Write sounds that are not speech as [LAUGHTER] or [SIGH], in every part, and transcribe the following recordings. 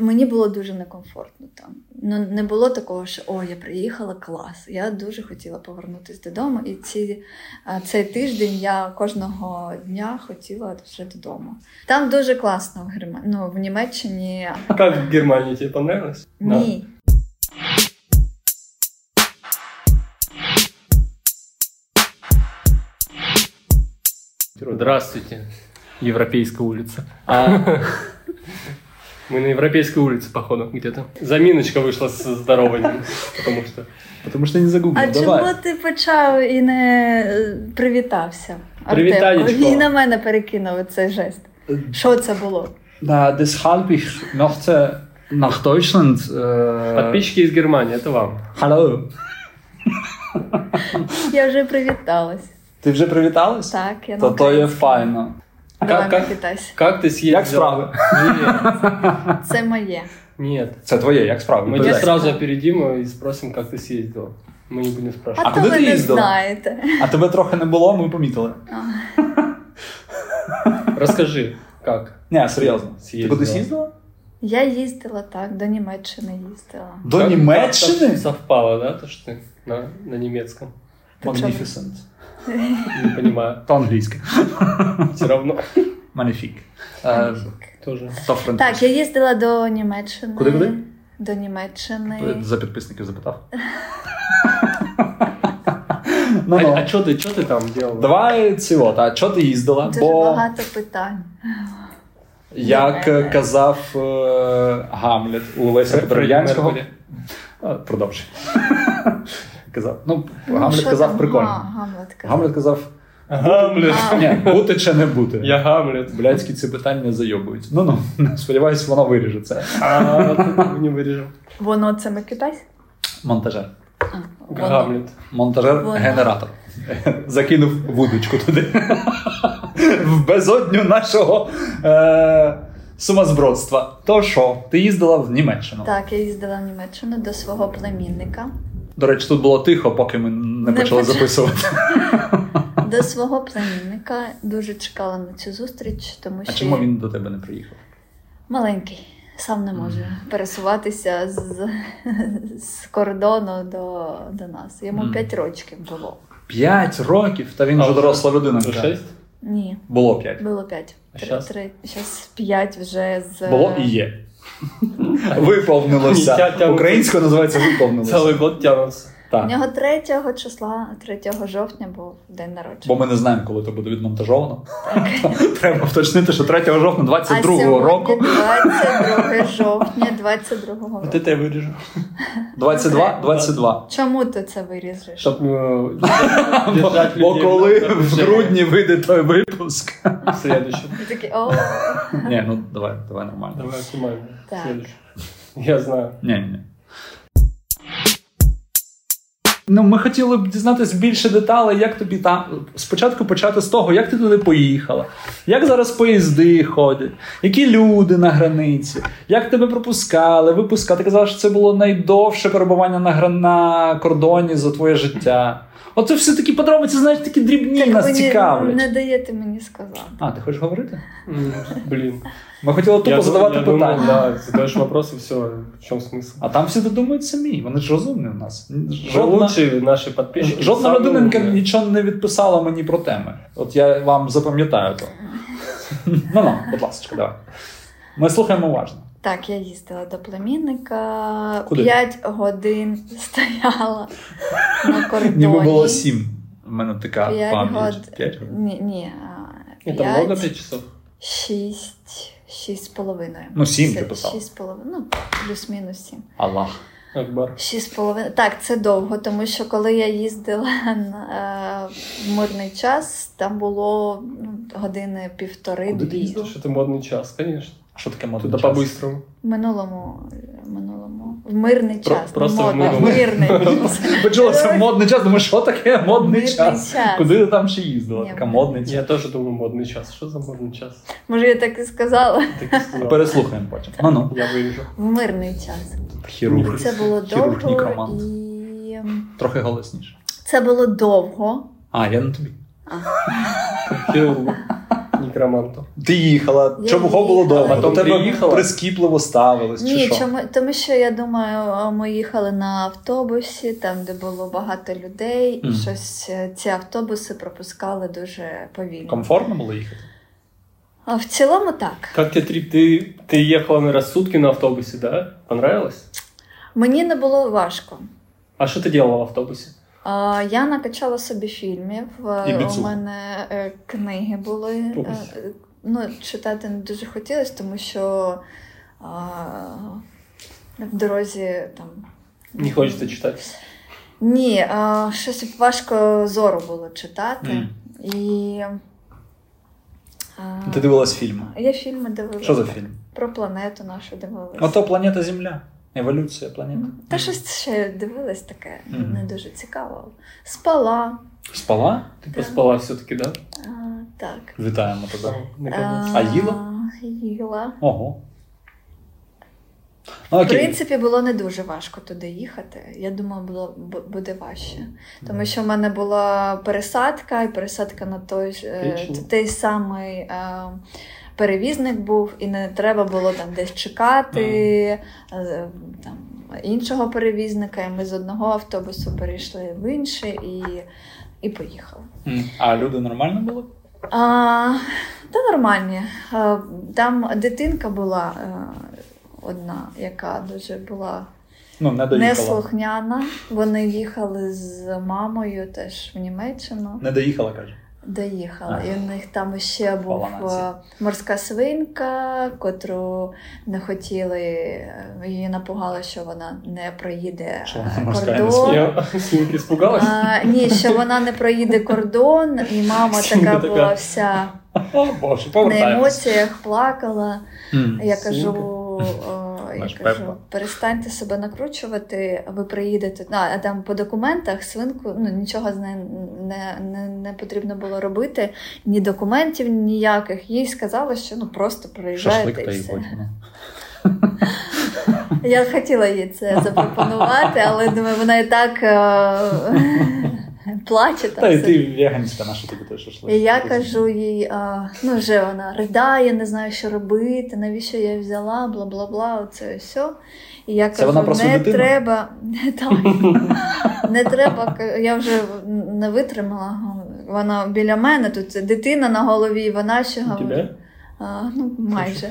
мені було дуже некомфортно там. Ну не було такого, що о, я приїхала клас. Я дуже хотіла повернутися додому, і ці, а, цей тиждень я кожного дня хотіла вже додому. Там дуже класно в Герма... ну, в Німеччині. А как в Германии тебе понравилось? Ні. Здравствуйте, Европейская улица. А. [LAUGHS] Мы на Европейской улице, походу, где-то. Заминочка вышла с здорованием, [LAUGHS] потому что... Потому что я не загуглил. А Ну, Давай. чому ти почав і не е, привітався? Привітанечко. Артемко? І на мене перекинули цей жест. Що це було? Na, deshalb ich möchte э, nach Deutschland. Äh, Подписчики из Германии, это вам. Hallo. Я вже привіталась. Ти вже привіталась? Так, я на То то є українському. файно. Давай, Как- как- привітайся. Как ты съездил? Як справи? Нет, Це моє. нет. Це твоє, як справи? Мы тебя Передай. сразу опередим и спросим, как ты съездил. Мы не будем А, спрашивать. то куди ви ти не їздила? знаєте. А тебе трохи не було, ми помітили. Расскажи, как? Ні, серйозно. Ти Съездила. кудись їздила? Я їздила так, до Німеччини їздила. До Как- как Німеччини? сов- Совпало, да, то, что ты на, на немецком? Magnificent. Не понимаю. То англійське. Все равно. Magnifique. Е, Тоже. То французьке. Так, я їздила до Німеччини. Куди, куди? До Німеччини. За [LAUGHS] підписників запитав. А, Ну, ну. а что ты, чё ты там делал? Давай ціло, а чого ти їздила? Дуже Бо, багато питань. як е, казав е, Гамлет у Леся Фредді Подробянського, Меркурі. А, Продовжуй. [LAUGHS] казав. Ну, Ну, Гамлет що казав там? А, прикольно. Гамлет казав. Гамлет казав: Гамлет. А. ні, бути чи не бути. Я Гамлет. Блядські ці питання зайобують. Ну ну, [LAUGHS] сподіваюсь, воно виріже це. А, тут не вырежем. Воно це Микитась? Монтажер. А, воно. [LAUGHS] Гамлет. Монтажер Воно. генератор. [LAUGHS] Закинув вудочку туди. [LAUGHS] В безодню нашого е- сумазбродства. То що, ти їздила в Німеччину? Так, я їздила в Німеччину до свого племінника. До речі, тут було тихо, поки ми не, Не почали почали. записувати. До свого племінника дуже чекала на цю зустріч, тому А що чому я він до тебе не приїхав? маленький, сам не може пересуватися з, з кордону до, до нас. Йому Мгм. 5 років було. П'ять років, та він А вже вже- доросла людина. Ну, вже. Шесть? Ні, Було п'ять. було 5. А щас? Зараз 5 вже з Було [LAUGHS] і є. Виповнилося. Тя- тя- Українською називається виповнилося. Целый год тянутся. У Так. нього 3 числа, 3 жовтня був день Бо народження. ми не знаємо, коли це буде відмонтажовано. [LAUGHS] Треба вточнити, що 3 жовтня 22-го року. [LAUGHS] Ну, 22 жовтня 22 року. Вот это я вырежу. 22, 22. Чому ти це вирізаєш? [LAUGHS] Чтоб э, держать- держать Бо людей коли на в напряжении. грудні вийде той випуск. [LAUGHS] В следующем. Ти такий, о, Ні, ну давай, давай нормально. Давай оптимально. Так. Следующий. Я знаю. Ні, ні. Ну, ми хотіли б дізнатись більше деталей, як тобі там спочатку почати з того, як ти туди поїхала, як зараз поїзди ходять, які люди на границі, як тебе пропускали, випускали. Ти казала, що це було найдовше перебування на, гра- на кордоні за твоє життя. Оце все такі подробиці, знаєш, такі дрібні так ви нас не, цікавлять. не даєте мені сказати. А, ти хочеш говорити? М, Блин. Ми хотіли тупо Я ду- задавати я думал, питання. Да, задаешь вопрос и все. В чем смысл? А там всі додумають самі, вони ж розумні в нас. Жодна... Лучші наші підписчики. Жодна саме людинка умні. нічого не відписала мені про теми. От я вам запам'ятаю [LAUGHS] то. Ну ну, будь ласка, давай. Ми слухаємо уважно. Так, я їздила до племінника, Куди? п'ять годин стояла на кордоні. Ніби було сім. У мене така П'ять пам'ять. год. П'ять років. Ні, ні, а, Ні, там було п'ять, 5 часов. шість, шість з половиною. Ну, сім Це ти писала. Шість з половиною, ну, плюс-мінус сім. Аллах. Акбар. Шість з половиною. Так, це довго, тому що коли я їздила [LAUGHS] на, е, в мирний час, там було ну, години Куди ти півтори-дві. їздила? Що ти модний час, звісно. А Що таке модний Туди час? по-бистрому. Минулому, минулому. В мирний Про- час. не просто в модний, минулому. мирний час. Почалося модний час, думаю, що таке модний Мирний час? час. Куди ти там ще їздила? Ні, Така модний час. Я теж думаю, модний час. Що за модний час? Може, я так і сказала. Так і сказав. Переслухаємо потім. Ну ну. Я виріжу. В мирний час. Хірург. Це було Хірург довго Нікоман. і Трохи голосніше. це було довго. А, я на тобі. Хірург. некроманту. Ти їхала, Я чого було їхала. довго, то Потім тебе приїхала? прискіпливо ставилось, чи Ні, що? чому тому що я думаю, ми їхали на автобусі, там де було багато людей, і Мгм. щось е, ці автобуси пропускали дуже повільно. Комфортно було їхати? А в цілому так. Как тебе трип? Ты, ты ехала на рассудки на автобусе, да? Понравилось? Мені не було важко. А что ты делала в автобусе? А, Я накачала собі фільмів. е, І У біцуху. мене е, книги були. Ось. Е, е, Ну, читати не дуже хотілося, тому що а, в дорозі там. Не хочется читать. Ні, а, щось важко зору було читати. Мгм. І. а, Ти дивилась фільми. Я фільми дивилася. Що за фільм? Про планету нашу дивилася. Ото планета Земля. Еволюція планети. Та щось ще дивилась таке, Мгм. не дуже цікаво. Спала. Спала? Ты Да. поспала все-таки, да? А, так. Вітаємо тебе. Наконец. А їла? Їла. Ого. Ну, В окей. принципі, було не дуже важко туди їхати. Я думала, було бу- буде важче. Тому що в мене була пересадка, і пересадка на той ж е, Отлично. той самий е, перевізник був, і не треба було там десь чекати е, там, іншого перевізника. І ми з одного автобусу перейшли в інший і, і поїхали. М. А люди нормально були? А, та нормальні. А, Там дитинка була е, одна, яка дуже була Ну, не доїхала. неслухняна. Вони їхали з мамою теж в Німеччину. Не доїхала, каже. Доїхали. Ах. І у них там ще був Баланці. е, морська свинка, котру не хотіли, е, її напугало, що вона не проїде Що е, вона морська не кордон. Я [LAUGHS] с ним испугалась. А, ні, що вона не проїде кордон, и мама Сімка така така. була вся О, Боже, на повертаємось. емоціях плакала. М. Я Сімка. кажу, о, я Наш кажу, Пеппа. перестаньте себе накручувати, ви приїдете. А, а там по документах свинку ну, нічого з нею не, не, не потрібно було робити, ні документів ніяких. Їй сказали, що ну просто приїжджаєте і Шашлик та й все. ну. потім. Я хотіла їй це запропонувати, але думаю, вона і так е, [LAUGHS] плаче. там Та й все. ти веганська, наша тобі той шашлик. І я кажу їй, а, ну вже вона ридає, не знаю, що робити, навіщо я взяла, бла бла бла, оце все. І я Це кажу, вона про свою не дитину? треба, не, [LAUGHS] так, не треба. к- Я вже не витримала. Вона біля мене, тут дитина на голові, вона ще У говорить. тебя? А, ну, майже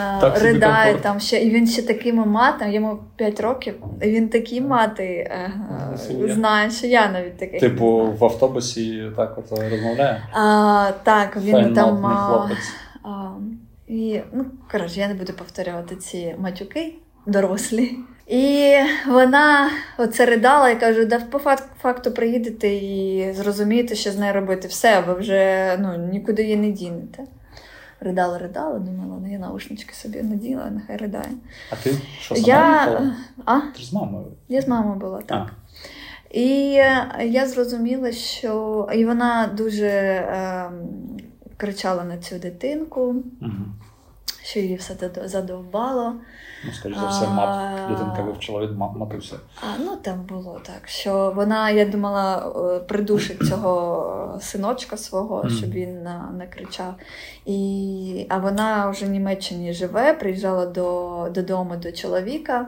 А, Так собі ридає комфорт. там ще, і він ще такими матами, йому 5 років, і він такі мати е, Ну, е, сім'я. знає, що я навіть таких. не Типу, знаю. в автобусі так от розмовляє. А, так, він там. Файнотний а, хлопець. а, і, ну, коротше, я не буду повторювати ці матюки дорослі. І вона оце ридала і кажу: да по фак- факту приїдете і зрозумієте, що з нею робити. Все, ви вже ну, нікуди її не дінете. Ридала, ридала, думала, ну я наушнички собі наділа, нехай ридає. А ти що сама Я, їхала? а, Ти ж з мамою. я з мамою була, так. А. І е, я зрозуміла, що і вона дуже е, кричала на цю дитинку, Мгм. що її все задо- задовбало. Ну, скоріш за все, мат А. дитинка вивчила від ма- матуся. А ну там було так, що вона, я думала, е, придушить цього синочка свого, Мгм. щоб він на- не кричав. І, а вона вже в Німеччині живе, приїжджала до, додому до чоловіка.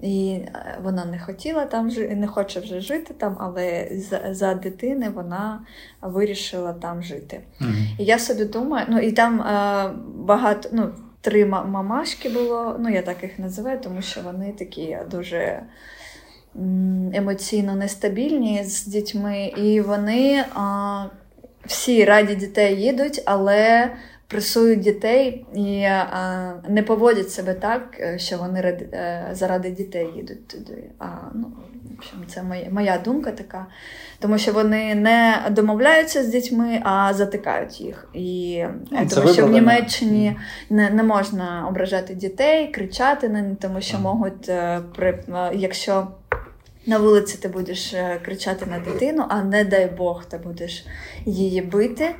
І е, вона не хотіла там жи- не хоче вже жити там, але за, за дитини вона вирішила там жити. Мгм. І я собі думаю, ну і там е, багато, ну, три ма- мамашки було, ну я так їх називаю, тому що вони такі дуже м, емоційно нестабільні з дітьми, і вони е, всі раді дітей їдуть, але. Пресують дітей і е, не поводять себе так, е, що вони ради, е, заради дітей їдуть туди. А ну в общем, це моя, моя думка така тому що вони не домовляються з дітьми, а затикають їх. І Ну, е, це тому що в виправдано. Німеччині не, не можна ображати дітей, кричати на них, тому що Ага. можуть, е, при, е, якщо на вулиці ти будеш е, кричати на дитину, а не дай Бог, ти будеш її бити.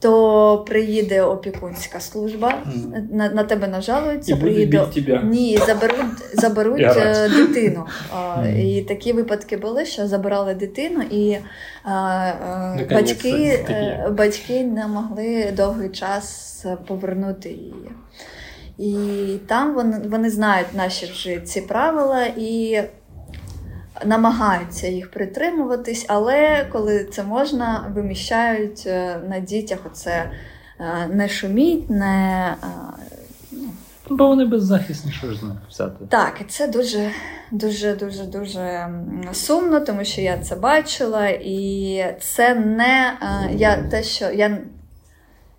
то приїде опікунська служба, на, на тебе нажалуються, І буде приїде бити тебе. ні, заберуть, заберуть І орати. е, дитину. А, Мгм. І такі випадки були, що забирали дитину, і е, е, Наконець, батьки, такі. е, батьки не могли довгий час повернути її. І там вони, вони знають наші вже ці правила і намагаються їх притримуватись, але коли це можна, виміщають е, на дітях оце е, не шуміть, не е, Ну, Бо вони беззахисні, що ж з них взяти. так, і це дуже, дуже, дуже, дуже м, сумно, тому що я це бачила, і це не е, я те, що я,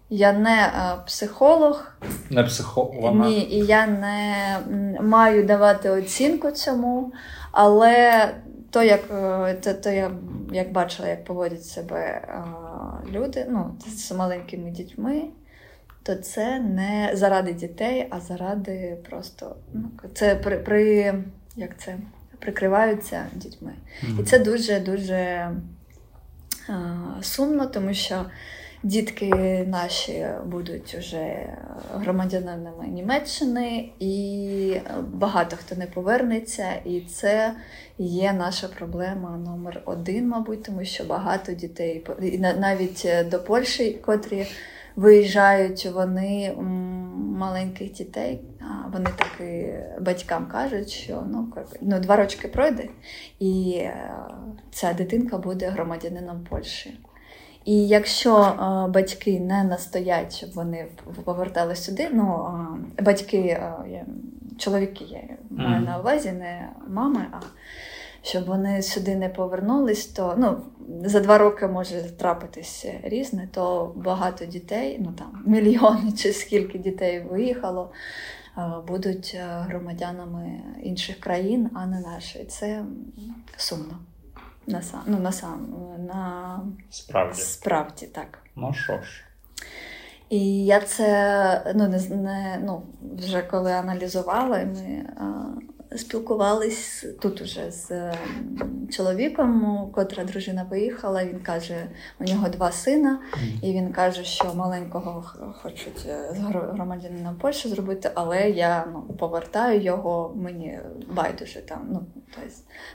я не е, психолог, Не психована. ні, і я не м, маю давати оцінку цьому, але то, як е, то, то я як бачила, як поводять себе е, люди, ну з маленькими дітьми. То це не заради дітей, а заради просто ну це при, при як це прикриваються дітьми. І це дуже дуже е, сумно, тому що дітки наші будуть уже громадянинами Німеччини, і багато хто не повернеться. І це є наша проблема номер один, мабуть, тому що багато дітей по- і на- навіть е, до Польщі, котрі виїжджають, вони м, маленьких дітей. а, Вони так і батькам кажуть, що ну, как- ну два рочки пройде, і е, ця дитинка буде громадянином Польщі. І якщо е, батьки не настоять, щоб вони поверталися сюди, ну е, батьки, е, я- чоловіки, я маю Мгм. на увазі, не мами, а щоб вони сюди не повернулись, то ну за два роки може трапитись різне, то багато дітей, ну там мільйони [LAUGHS] чи скільки дітей виїхало, е, будуть е, громадянами інших країн, а не нашої. Це м, сумно. На сам, ну, на сам, на Справді. справді так. Ну що ж. І я це ну не з- не ну вже коли аналізувала, і ми а, спілкувались тут уже з м, чоловіком, у котра дружина виїхала. Він каже, у нього два сина, і він каже, що маленького х- хочуть е, з гро- громадянина Польщі зробити, але я ну повертаю його. Мені байдуже там. Ну тобто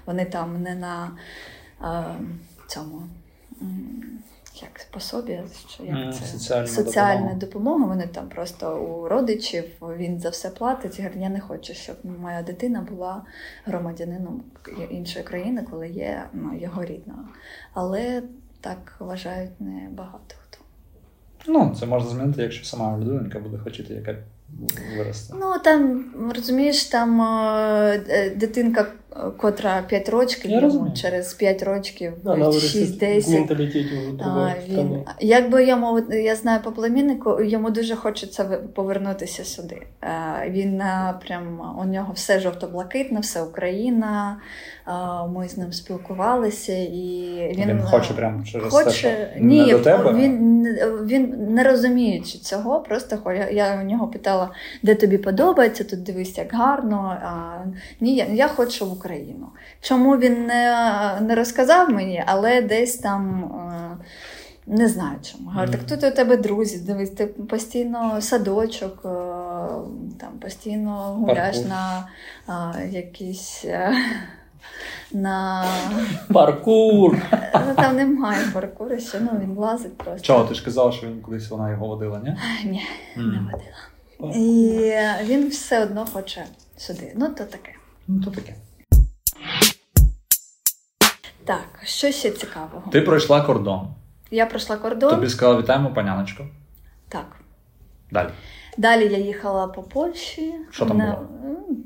вони там не на е, цьому. м, Як пособі, що як М, це соціальна соціальна допомога. допомога. Вони там просто у родичів він за все платить. Я говорю, я не хочу, щоб моя дитина була громадянином іншої країни, коли є ну, його рідна. Але так вважають не багато хто. Ну, це можна змінити, якщо сама людинка буде хотіти, яка виросте. Ну там розумієш, там е, е, дитинка, е, котра 5 років, Я йому розумію. ну, через через 5 років, Она вырастет в 6-10 менталитете уже А, другой він страны. якби йому от я знаю по племіннику, йому дуже хочеться ви- повернутися сюди. Е, Він е, прям у нього все жовто-блакитне, все Україна. Е, Ми з ним спілкувалися, і він, Він, е, хоче прямо через те, хоче що ні, не до тебе. він не- він не розуміючи цього. Просто хо- я- я у нього питала, де тобі подобається, тут дивись, як гарно. А, ні, я, я хочу в Україну. Чому він не, не розказав мені, але десь там. е, Не знаю чому. Говорю, так тут у тебе друзі, дивись, ти постійно садочок, е, там постійно гуляєш Паркур. на е, якісь е, на Паркур! Ну, там немає паркуру, ще ну він лазить просто. Чого, ти ж казала, що він кудись вона його водила, ні? Ні, не М. водила. І він все одно хоче сюди. Ну то таке. Ну, то таке. Так, що ще цікавого? Ти пройшла кордон. Я пройшла кордон. Тобі сказали, вітаємо, паняночку. Так. Далі. Далі я їхала по Польщі. Що там На- було? М,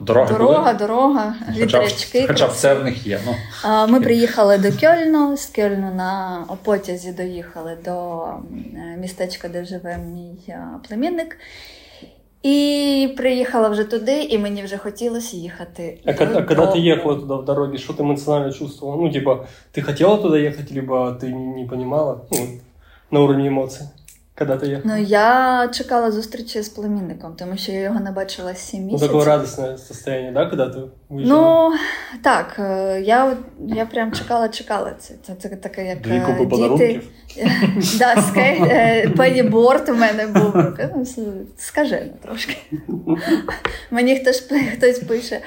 Дороги Дорога, були? дорога, Хоча, б- вітрячки. хоча б це в них є. Ну, А, Ми приїхали до Кьольну. З Кьольну на потязі доїхали до е, містечка, де живе мій е, племінник. І приїхала вже туди, і мені вже хотілося їхати. А когда, а додому. когда ты ехала туда в дороге, что ты эмоционально чувствовала? Ну, типа, ты хотела туда ехать, либо ты не, не понимала? Ну, вот, на уровне эмоций. Когда ты ехал? Ну я чекала зустрічі з племінником, тому що я його не бачила сім Ну, місяців. такое радостное состояние, да, когда ты уезжал? Ну так, е, я, от- я прям чекала, чекала. Це, це, це таке, як Дві е, купи подарунків. [LAUGHS] Да, скейт, е, пеніборд у мене був. в руках. Ну, с- Скажено трошки. [LAUGHS] Мені хтось, пи- хтось пише: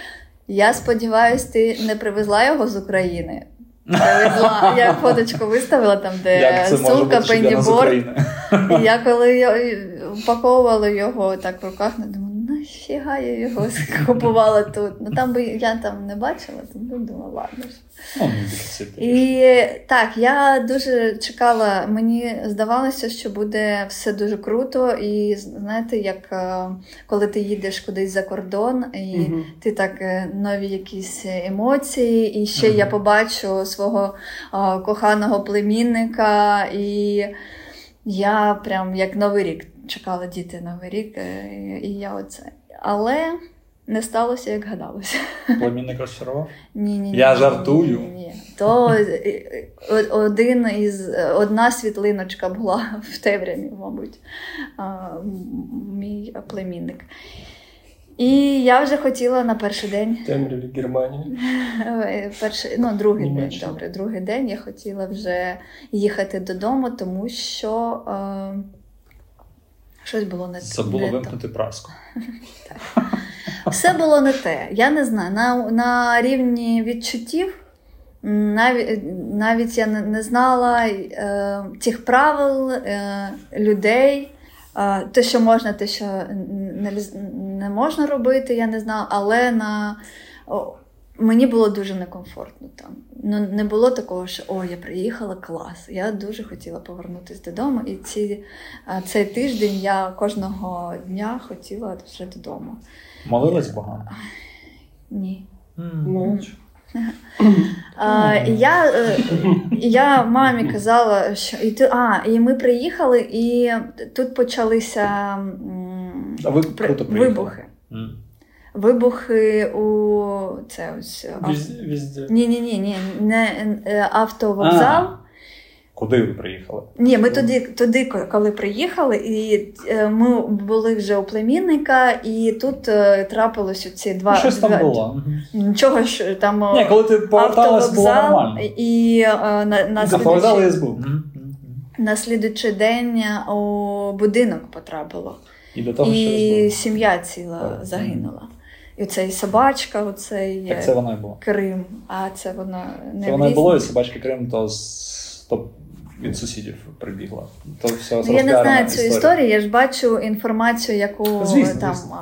я сподіваюся, ти не привезла його з України. Привезла. Я фоточку виставила там, де Як це може Е, сумка, бути чемпіонат з пеніборд. України? [LAUGHS] І я коли я е, упаковувала його так в руках, не думаю, нафіга я його купувала тут. Ну там би я там не бачила, тому думала, ладно. ж». Ну, не дефіцит. І так, я дуже чекала. Мені здавалося, що буде все дуже круто. І знаєте, як е, коли ти їдеш кудись за кордон і Мгм. ти так е, нові якісь е, емоції, і ще Мгм. я побачу свого а, коханого племінника, і я прям як Новий рік чекала діти Новий рік, е, і я оце. Але не сталося, як гадалося. [LAUGHS] Пламінник розчарував. Ні, ні, Я ні, жартую. Ні, ні. То е, е, о- один із одна світлиночка була [LAUGHS] в темряві, мабуть, а, м- мій племінник. І я вже хотіла на перший день В Темряве, Германии. Е, Перший, ну, другий Німеччина. день, добре, другий день я хотіла вже їхати додому, тому що е, щось було не, Забула не то. вимкнути праску. Все було не те. Я не знаю. На, на рівні відчуттів м, навіть, навіть я не, не знала е, тих правил е, людей. е, Те, що можна, те, що не, не можна робити, я не знала, але на о, мені було дуже некомфортно там. Ну не було такого, що о, я приїхала клас. Я дуже хотіла повернутися додому. І ці, е, цей тиждень я кожного дня хотіла вже додому. Молилась Богам. Ні. Ну, А, і я, е, і я мамі казала, що і ти, а, і ми приїхали, і тут почалися м, А ви при- круто приїхали. вибухи. Вибухи у це ось ав... вез- везде. ні, ні, ні, ні, не е, автовокзал. Куди ви приїхали? Ні, ми туди, туди, ко- коли приїхали, і е, ми були вже у племінника, і тут е, трапилось оці два Ну, щось там два- було. Нічого ж там е, Ні, коли ти поверталась, було автовокзал нормально. і е, на, на, Заповзали слідуючий, СБУ. на слідуючий день е, у будинок потрапило. І до того, що і СБУ. сім'я ціла Так. загинула. І оцей собачка, оцей Так е, це воно і було. Крим. А це воно не Це воно і влізне. було, і собачка Крим, то з- то від сусідів прибігла. То все Ну, я не розпіарена знаю цю історію, я ж бачю інформацію, яку е, Звісно, там. звісно.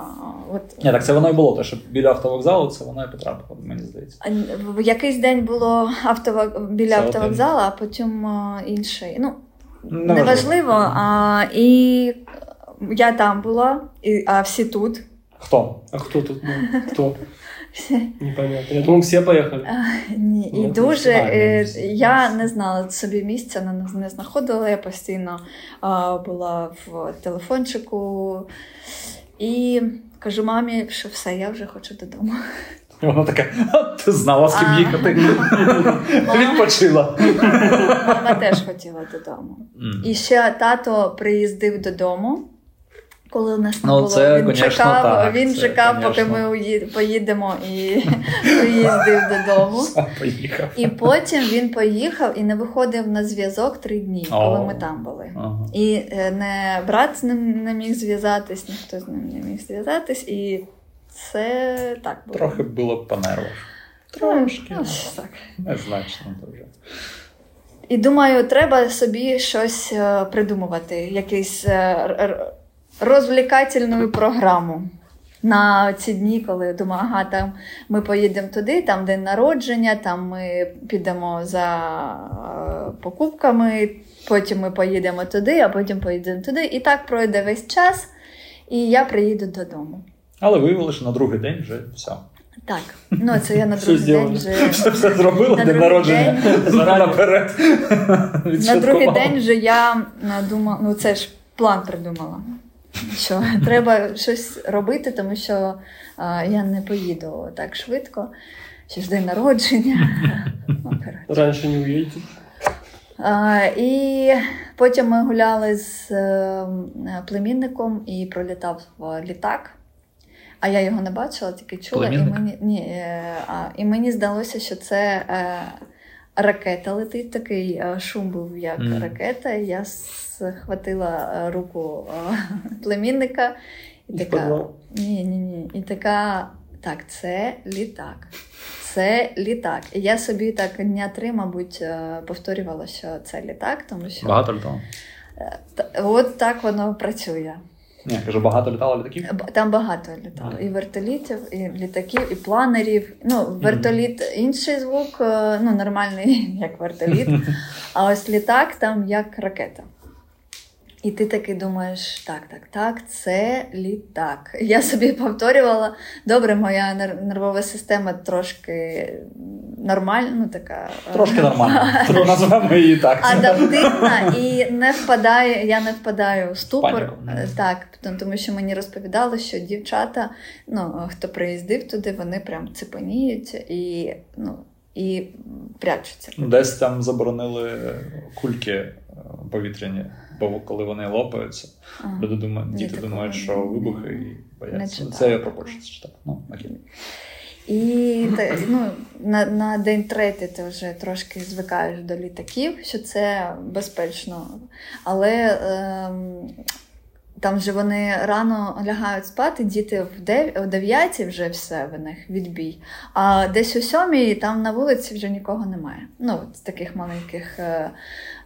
а, От, Ні, так це воно і було, те, що біля автовокзалу, це воно і потрапило, мені здається. А, В якийсь день було автово... біля Це автовокзалу, а потім а, інший. Ну, Неважливо. неважливо. А, і я там була, і, а всі тут. Хто? А кто тут? был? Кто? Всі- Непонятно. Я думал, все поехали. Ні, і Ну, дуже максимально е, всі. я не знала собі місця, не, не знаходила. Я постійно а, була в телефончику і кажу мамі, що все, я вже хочу [LAUGHS] додому. І Вона така, «А, ти знала, з ким А. [LAUGHS] їхати. Відпочила. Мама теж хотіла додому. М. І ще тато приїздив додому. Коли у нас не Ну, було, це, він конечно, чекав, так, він це, чекав, поки конечно. ми уї- поїдемо і [LAUGHS] приїздив додому. А, Поїхав. І потім він поїхав і не виходив на зв'язок три дні, О. коли ми там були. Ага. І е, не брат з ним не міг зв'язатись, ніхто з ним не міг зв'язатись, і це так було. Трохи було по нервах. трошки. Ну, так. Незначно дуже. І думаю, треба собі щось е, придумувати, якусь е, р- р- розвлікательну програму. На ці дні, коли думаю, ага, там ми поїдемо туди, там день народження, там ми підемо за е, покупками, потім ми поїдемо туди, а потім поїдемо туди. І так пройде весь час, і я приїду додому. Але виявили, що на другий день вже все. Так, ну це я на Все другий день зробили. вже Все, все На зробили, день другий народження зарані наперед. На другий Відсвяткували. день вже я думала, ну це ж план придумала. Що [LAUGHS] треба щось робити, тому що а, я не поїду так швидко. Ще ж день народження. Ну, коротше. Раньше не уедете. А, і Потім ми гуляли з е, племінником і пролітав е, літак. А я його не бачила, тільки чула. І Племінник? мені, ні, е, а, і мені здалося, що це е, ракета летить, такий е, шум був, як Мгм. ракета. І Я схватила е, руку е, [LAUGHS] племінника і І така. впадла. Ні, ні, ні. І така. Так, це літак. Це літак. І я собі так дня три, мабуть, е, повторювала, що це літак, тому що Багато літало. Та- От так воно працює. Ні, я кажу, багато літало літаків. Б- Там багато літало. Ага. І вертолітів, і літаків, і планерів. Ну, вертоліт інший звук, е, ну нормальний, [LAUGHS] як [LAUGHS] вертоліт. А ось літак там як ракета. І ти таки думаєш, так, так, так, це літак. [LAUGHS] Я собі повторювала. Добре, моя нер- нервова система трошки нормальна, ну така. е, Трошки нормально. То Назвемо її так. адаптивна і не впадає. Я не впадаю в ступор. Паніку. Е, Так, тому- тому що мені розповідали, що дівчата, ну е, хто приїздив туди, вони прям цепеніють і ну і прячуться. Десь там заборонили кульки е, повітряні, бо коли вони лопаються, Ага. люди думають, Ні, діти такого думають, що вибухи і Не бояться. читала. Це я про Польщу читав. Ну, окей. І та, ну, на, на день третій ти вже трошки звикаєш до літаків, що це безпечно. Але ем, там же вони рано лягають спати, діти в дев- о 9 вже все в них відбій. А десь о 7 там на вулиці вже нікого немає. Ну, от в таких маленьких е,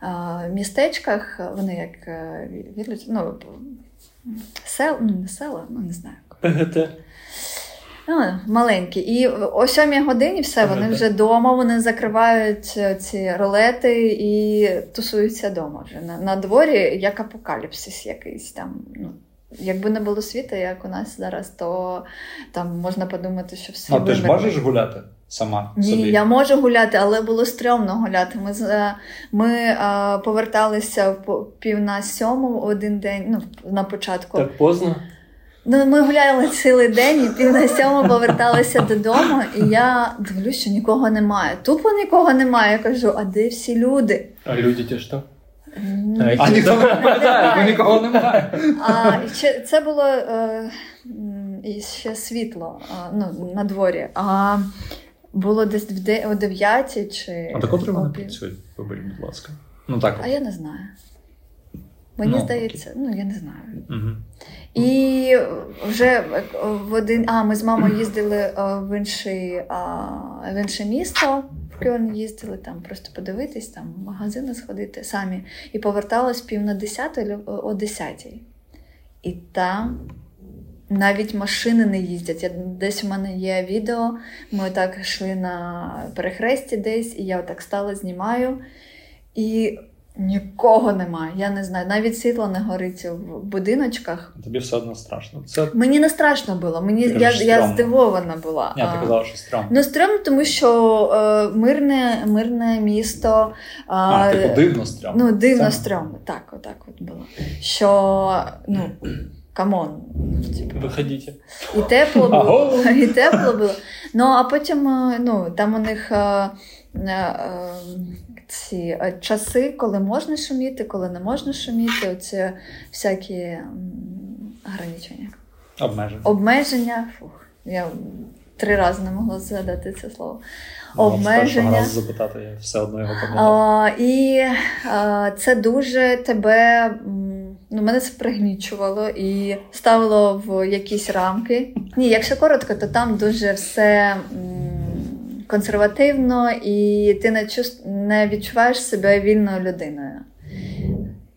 е, містечках вони як е, ві- вірлюці- ну, сел, ну, не села, ну не знаю. ПГТ. А, Ну, маленькі. І о сьомій годині все, вони Ага, вже вдома, вони закривають е, ці ролети і тусуються вдома вже. На, на дворі як апокаліпсис якийсь там. Ну, якби не було світу, як у нас зараз, то там можна подумати, що все. А ти ж вимерло. можеш гуляти сама Ні, собі? я можу гуляти, але було стрьомно гуляти. Ми з- е, ми е, поверталися в по- пів на сьому один день, ну на початку. Так поздно. Ну, ми гуляли цілий день, і пів на сьому поверталися додому, і я дивлюсь, що нікого немає. Тупо нікого немає. Я кажу, а де всі люди? А люди те что? М, Так. А ніхто не Немає. відповідає, бо нікого немає. А і ще- це було е, м, і ще світло а, ну, на дворі. А було десь в де- о 9 чи А до котрої вони о пів- працюють? Виберіть, будь ласка. Ну так. А я не знаю. Мені Ну, здається, ну я не знаю. Мгм. І вже е, в один. А, ми з мамою їздили е, в, інший, а, в інше місто. В Кьольн їздили там просто подивитись, там в магазини сходити самі. І поверталась пів на десяту лю- о десятій. І там навіть машини не їздять. Я, десь у мене є відео. Ми так йшли на перехресті десь, і я отак стала, знімаю. І нікого немає. Я не знаю. Навіть світло не горить в будиночках. Тобі все одно страшно. Це Мені не страшно було, мені Ти я, кажеш, я стрьомно. здивована була. Ні, ти А, казала, що стрьом. Ну, стрьомно, тому що е, мирне, мирне місто. А, типу дивно стрьом. Ну, дивно Це- стрьомно. Так, отак от було. Що, ну, [CLEARS THROAT] камон. ну, типу, Выходите. і тепло було. [LAUGHS] [LAUGHS] Аго! І тепло було. Ну а потім е, ну, там у них е, е, е, ці е, часи, коли можна шуміти, коли не можна шуміти, оці всякі м, ограничення. Обмежено. Обмеження. Фух, я три рази не могла згадати це слово. Ну, от з першого обмеження. разу запитати, я все одно його пам'ятав. А, і а, це дуже тебе. м, Ну, мене це пригнічувало і ставило в якісь рамки. Ні, якщо коротко, то там дуже все м, консервативно, і ти не, чувс- не відчуваєш себе вільною людиною.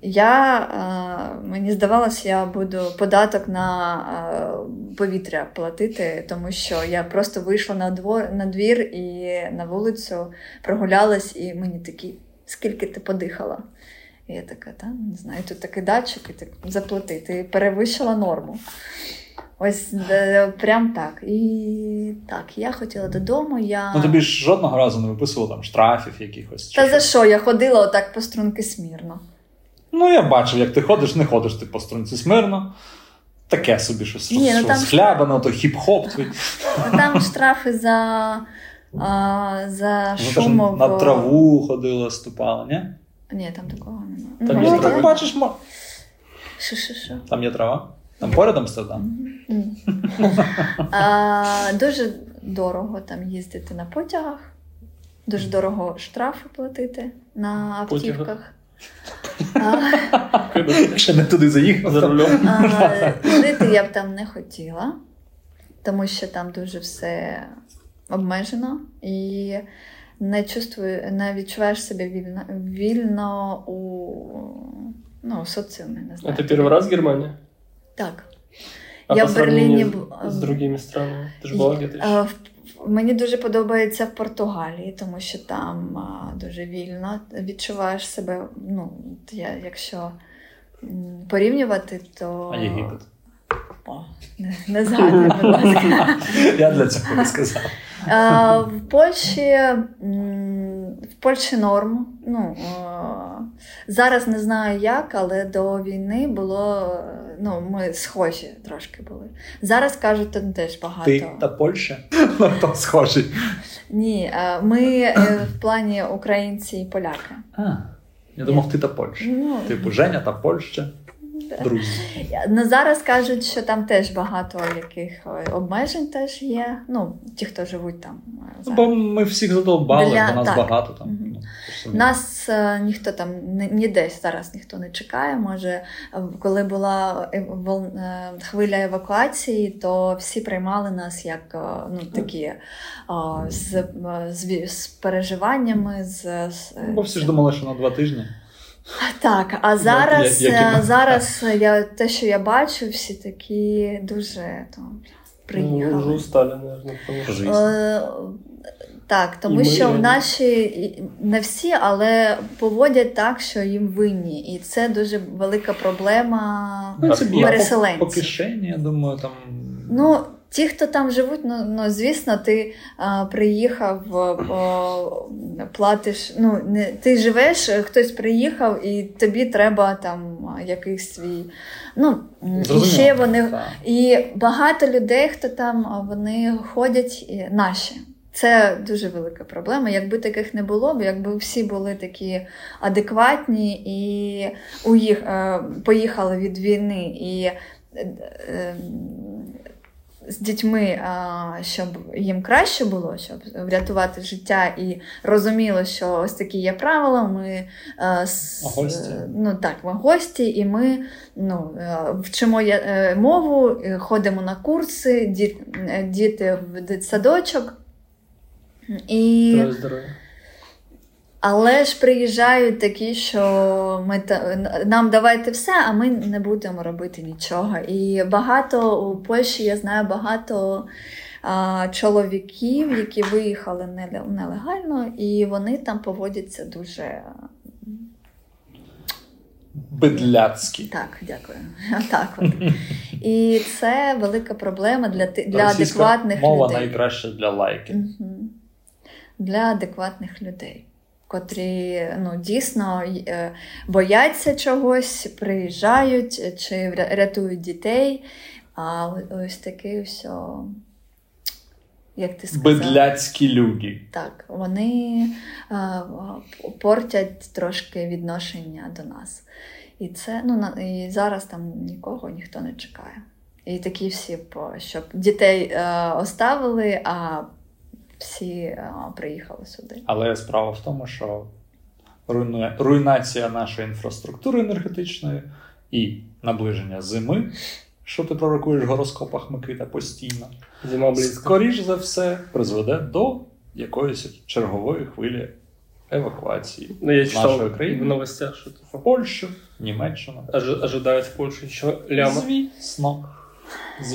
Я е, мені здавалося, я буду податок на е, повітря платити, тому що я просто вийшла на двор на двір і на вулицю прогулялась, і мені такі, скільки ти подихала? І я така, та не знаю, тут такий датчик, і так заплати. Ти перевищила норму. Ось е, прям так. І так, я хотіла додому. Я... Ну тобі ж жодного разу не виписували там штрафів якихось. чи Та за що? що? Я ходила отак по струнки смірно. Ну я бачив, як ти ходиш, не ходиш ти по струнці смирно. Таке собі щось Ні, ну, там- схлябано, то хіп-хоп [LAUGHS] твій. Ну, Там штрафи за, а, за Ну, те, що шумов. на траву ходила, ступала, ні? Ні, там такого немає. Там Мгм. є Ну, трава. так. Бачиш, мо- Що, що, що? там є трава. Там поряд Амстердам. [LAUGHS] Ні. А, дуже дорого там їздити на потягах, дуже дорого штрафи платити на Потягах. автівках. А, Ще не туди заїхав. За рулем. а, жити я б там не хотіла, тому що там дуже все обмежено і не чувствую, не відчуваєш себе вільно, вільно у ну, соціумі, не знаю. Это первый раз Германия? Так. А я по в э, Берліні сравнению бу- С другими странами. Ты же была где-то еще. Е, в- Мені дуже подобається в Португалії, тому що там а, дуже вільно відчуваєш себе. Ну, от я, якщо м, порівнювати, то А Єгипет. О, не, не згадуй, будь ласка. [LAUGHS] Я для цього не сказав. Е, В Польщі м, в Польщі норм. Ну е, зараз не знаю як, але до війни було е, ну ми схожі трошки були. Зараз кажуть, там теж багато. Ти та Польща? [LAUGHS] Ну, хто схожий? Ні, е, ми е, в плані українці і поляки. А, я думав, ти та Польща. Ну, Типу, Женя та Польща. да. Друзі. Ну, зараз кажуть, що там теж багато яких е, обмежень теж є. Ну, ті, хто живуть там. е, Ну, зараз. бо ми всіх задовбали, Для- бо нас так. багато там. Мгм. Ну, розумію. Нас е, ніхто там ні- ніде зараз ніхто не чекає. Може, е, коли була е, вол- е, хвиля евакуації, то всі приймали нас як е, ну такі е, з, е, з, ві- з переживаннями, з, з е, Бо всі ж думали, що на два тижні. Так, а зараз, як- як і ми. е, зараз я те, що я бачу, всі такі дуже там Ну, уже приїхали. устали, наверное. потому что- Звісно. Е, Так, тому І ми що в раді. наші і- не всі, але поводять так, що їм винні, і це дуже велика проблема Ну, це Я було. переселенців. По кишені, я думаю, там. Ну, ті, хто там живуть, ну, ну звісно, ти а, приїхав, о, платиш. Ну, не, ти живеш, е, хтось приїхав, і тобі треба там а, якийсь свій. Ну, м, і зрозуміло. ще вони. Так. І багато людей, хто там, а, вони ходять і, наші. Це дуже велика проблема. Якби таких не було, бо якби всі були такі адекватні і уїх... е, поїхали від війни і е, е, з дітьми, а, щоб їм краще було, щоб врятувати життя, і розуміло, що ось такі є правила. Ми е, с- Гості. е, ну так, ми гості, і ми ну, е, вчимо я- е, мову, е, ходимо на курси, діт- е, діти в дитсадочок. І... Здравия, здоровья. Але ж приїжджають такі, що ми та нам давайте все, а ми не будемо робити нічого. І багато у Польщі я знаю багато а, чоловіків, які виїхали неле- нелегально, і вони там поводяться дуже Бедляцький. так. Дякую. [LAUGHS] Так от. І це велика проблема для ти- для Російська адекватних мова людей. найкраща для лайки. Мгм. Для адекватних людей, котрі ну, дійсно й- е, бояться чогось, приїжджають е, чи вря- рятують дітей. А о- ось таке все, як ти сказав, Бедляцькі люди. так, вони е, п- портять трошки відношення до нас. І це ну на- і зараз там нікого ніхто не чекає. І такі всі, по- щоб дітей е, оставили, а всі е, приїхали сюди. Але справа в тому, що руйнує, руйнація нашої інфраструктури енергетичної і наближення зими, що ти пророкуєш в гороскопах Микита постійно, Зима близко. скоріш за все, призведе до якоїсь чергової хвилі евакуації Ну, я читал нашої країни в новостях, что в Польщу, Німеччину. ожи- ожидают в Польше еще ляма. Звісно.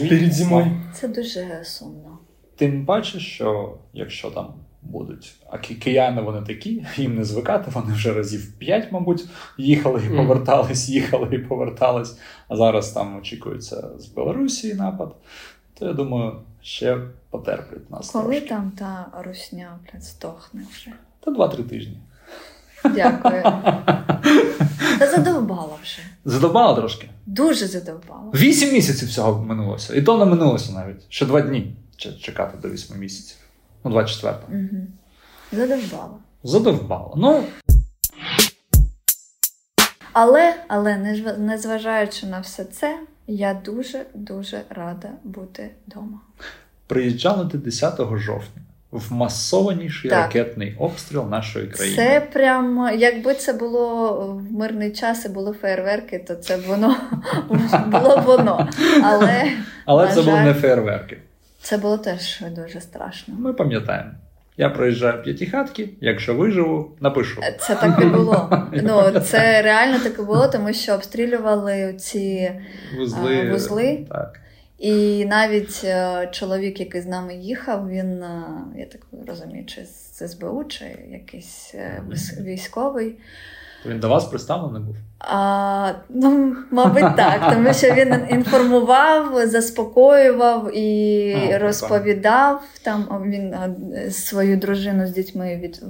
Перед зимою. Це дуже сумно. Тим паче, що якщо там будуть, а ки- кияни вони такі, їм не звикати, вони вже разів п'ять, мабуть, їхали і Мгм. повертались, їхали і повертались. А зараз там очікується з Білорусі напад, то я думаю, ще потерплять нас. Коли трошки. там та русня блядь, здохне вже? Та два-три тижні. Дякую. Та задовбала вже. Задовбало трошки. Дуже задовбала. Вісім місяців всього минулося. І то не минулося навіть. Ще два дні ч- чекати до вісьми місяців. Ну, 24. Угу. Задовбала. Задовбало. Ну, А Але, але не зв- незважаючи на все це, я дуже дуже рада бути вдома. Приїжджали ти 10 жовтня в масованіший Так. ракетний обстріл нашої країни. Це прям якби це було в мирний час і були фейерверки, то це б воно [LAUGHS] було б воно. Але Але на це були жаль. не фейерверки. це було теж дуже страшно. Ми пам'ятаємо. Я проїжджаю п'ятихатки, якщо виживу, напишу. Це так і було. Ну це реально так і було, тому що обстрілювали ці Вузли. а, вузли? Так. І навіть е, чоловік, який з нами їхав, він, е, я так розумію, чи з СБУ, чи якийсь е, вис- військовий. Він до вас представлений був. А, ну, мабуть, так, тому що він інформував, заспокоював і А, так. розповідав. Там він е, свою дружину з дітьми від,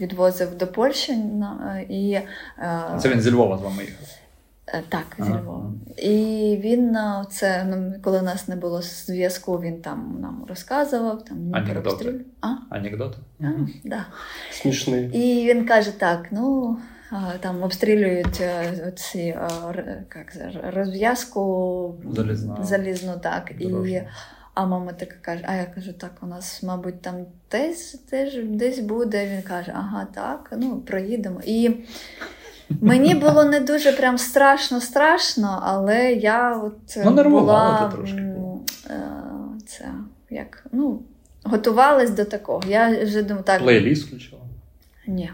відвозив до Польщі на- і е, Це він зі Львова з вами їхав. Е, Так, зі Ага. Львова. І він е, це ну, коли у нас не було зв'язку, він там нам розказував, там Дніпро Анекдоти. обстрілює. А? А, Анекдоти? да. Смешные. І він каже: так, ну е, там обстрілюють е, ці е, р- як це, ж, розв'язку Залізна. залізну, так. І, Дорожня. а мама така каже: а я кажу, так, у нас, мабуть, там десь, теж десь буде. Він каже, ага, так, ну проїдемо. І мені було не дуже прям страшно, страшно, але я от е, Ну, нервувала була ти трошки. м, е, це як, ну, готувалась до такого. Я вже думаю, так, Плейліст включила. ні.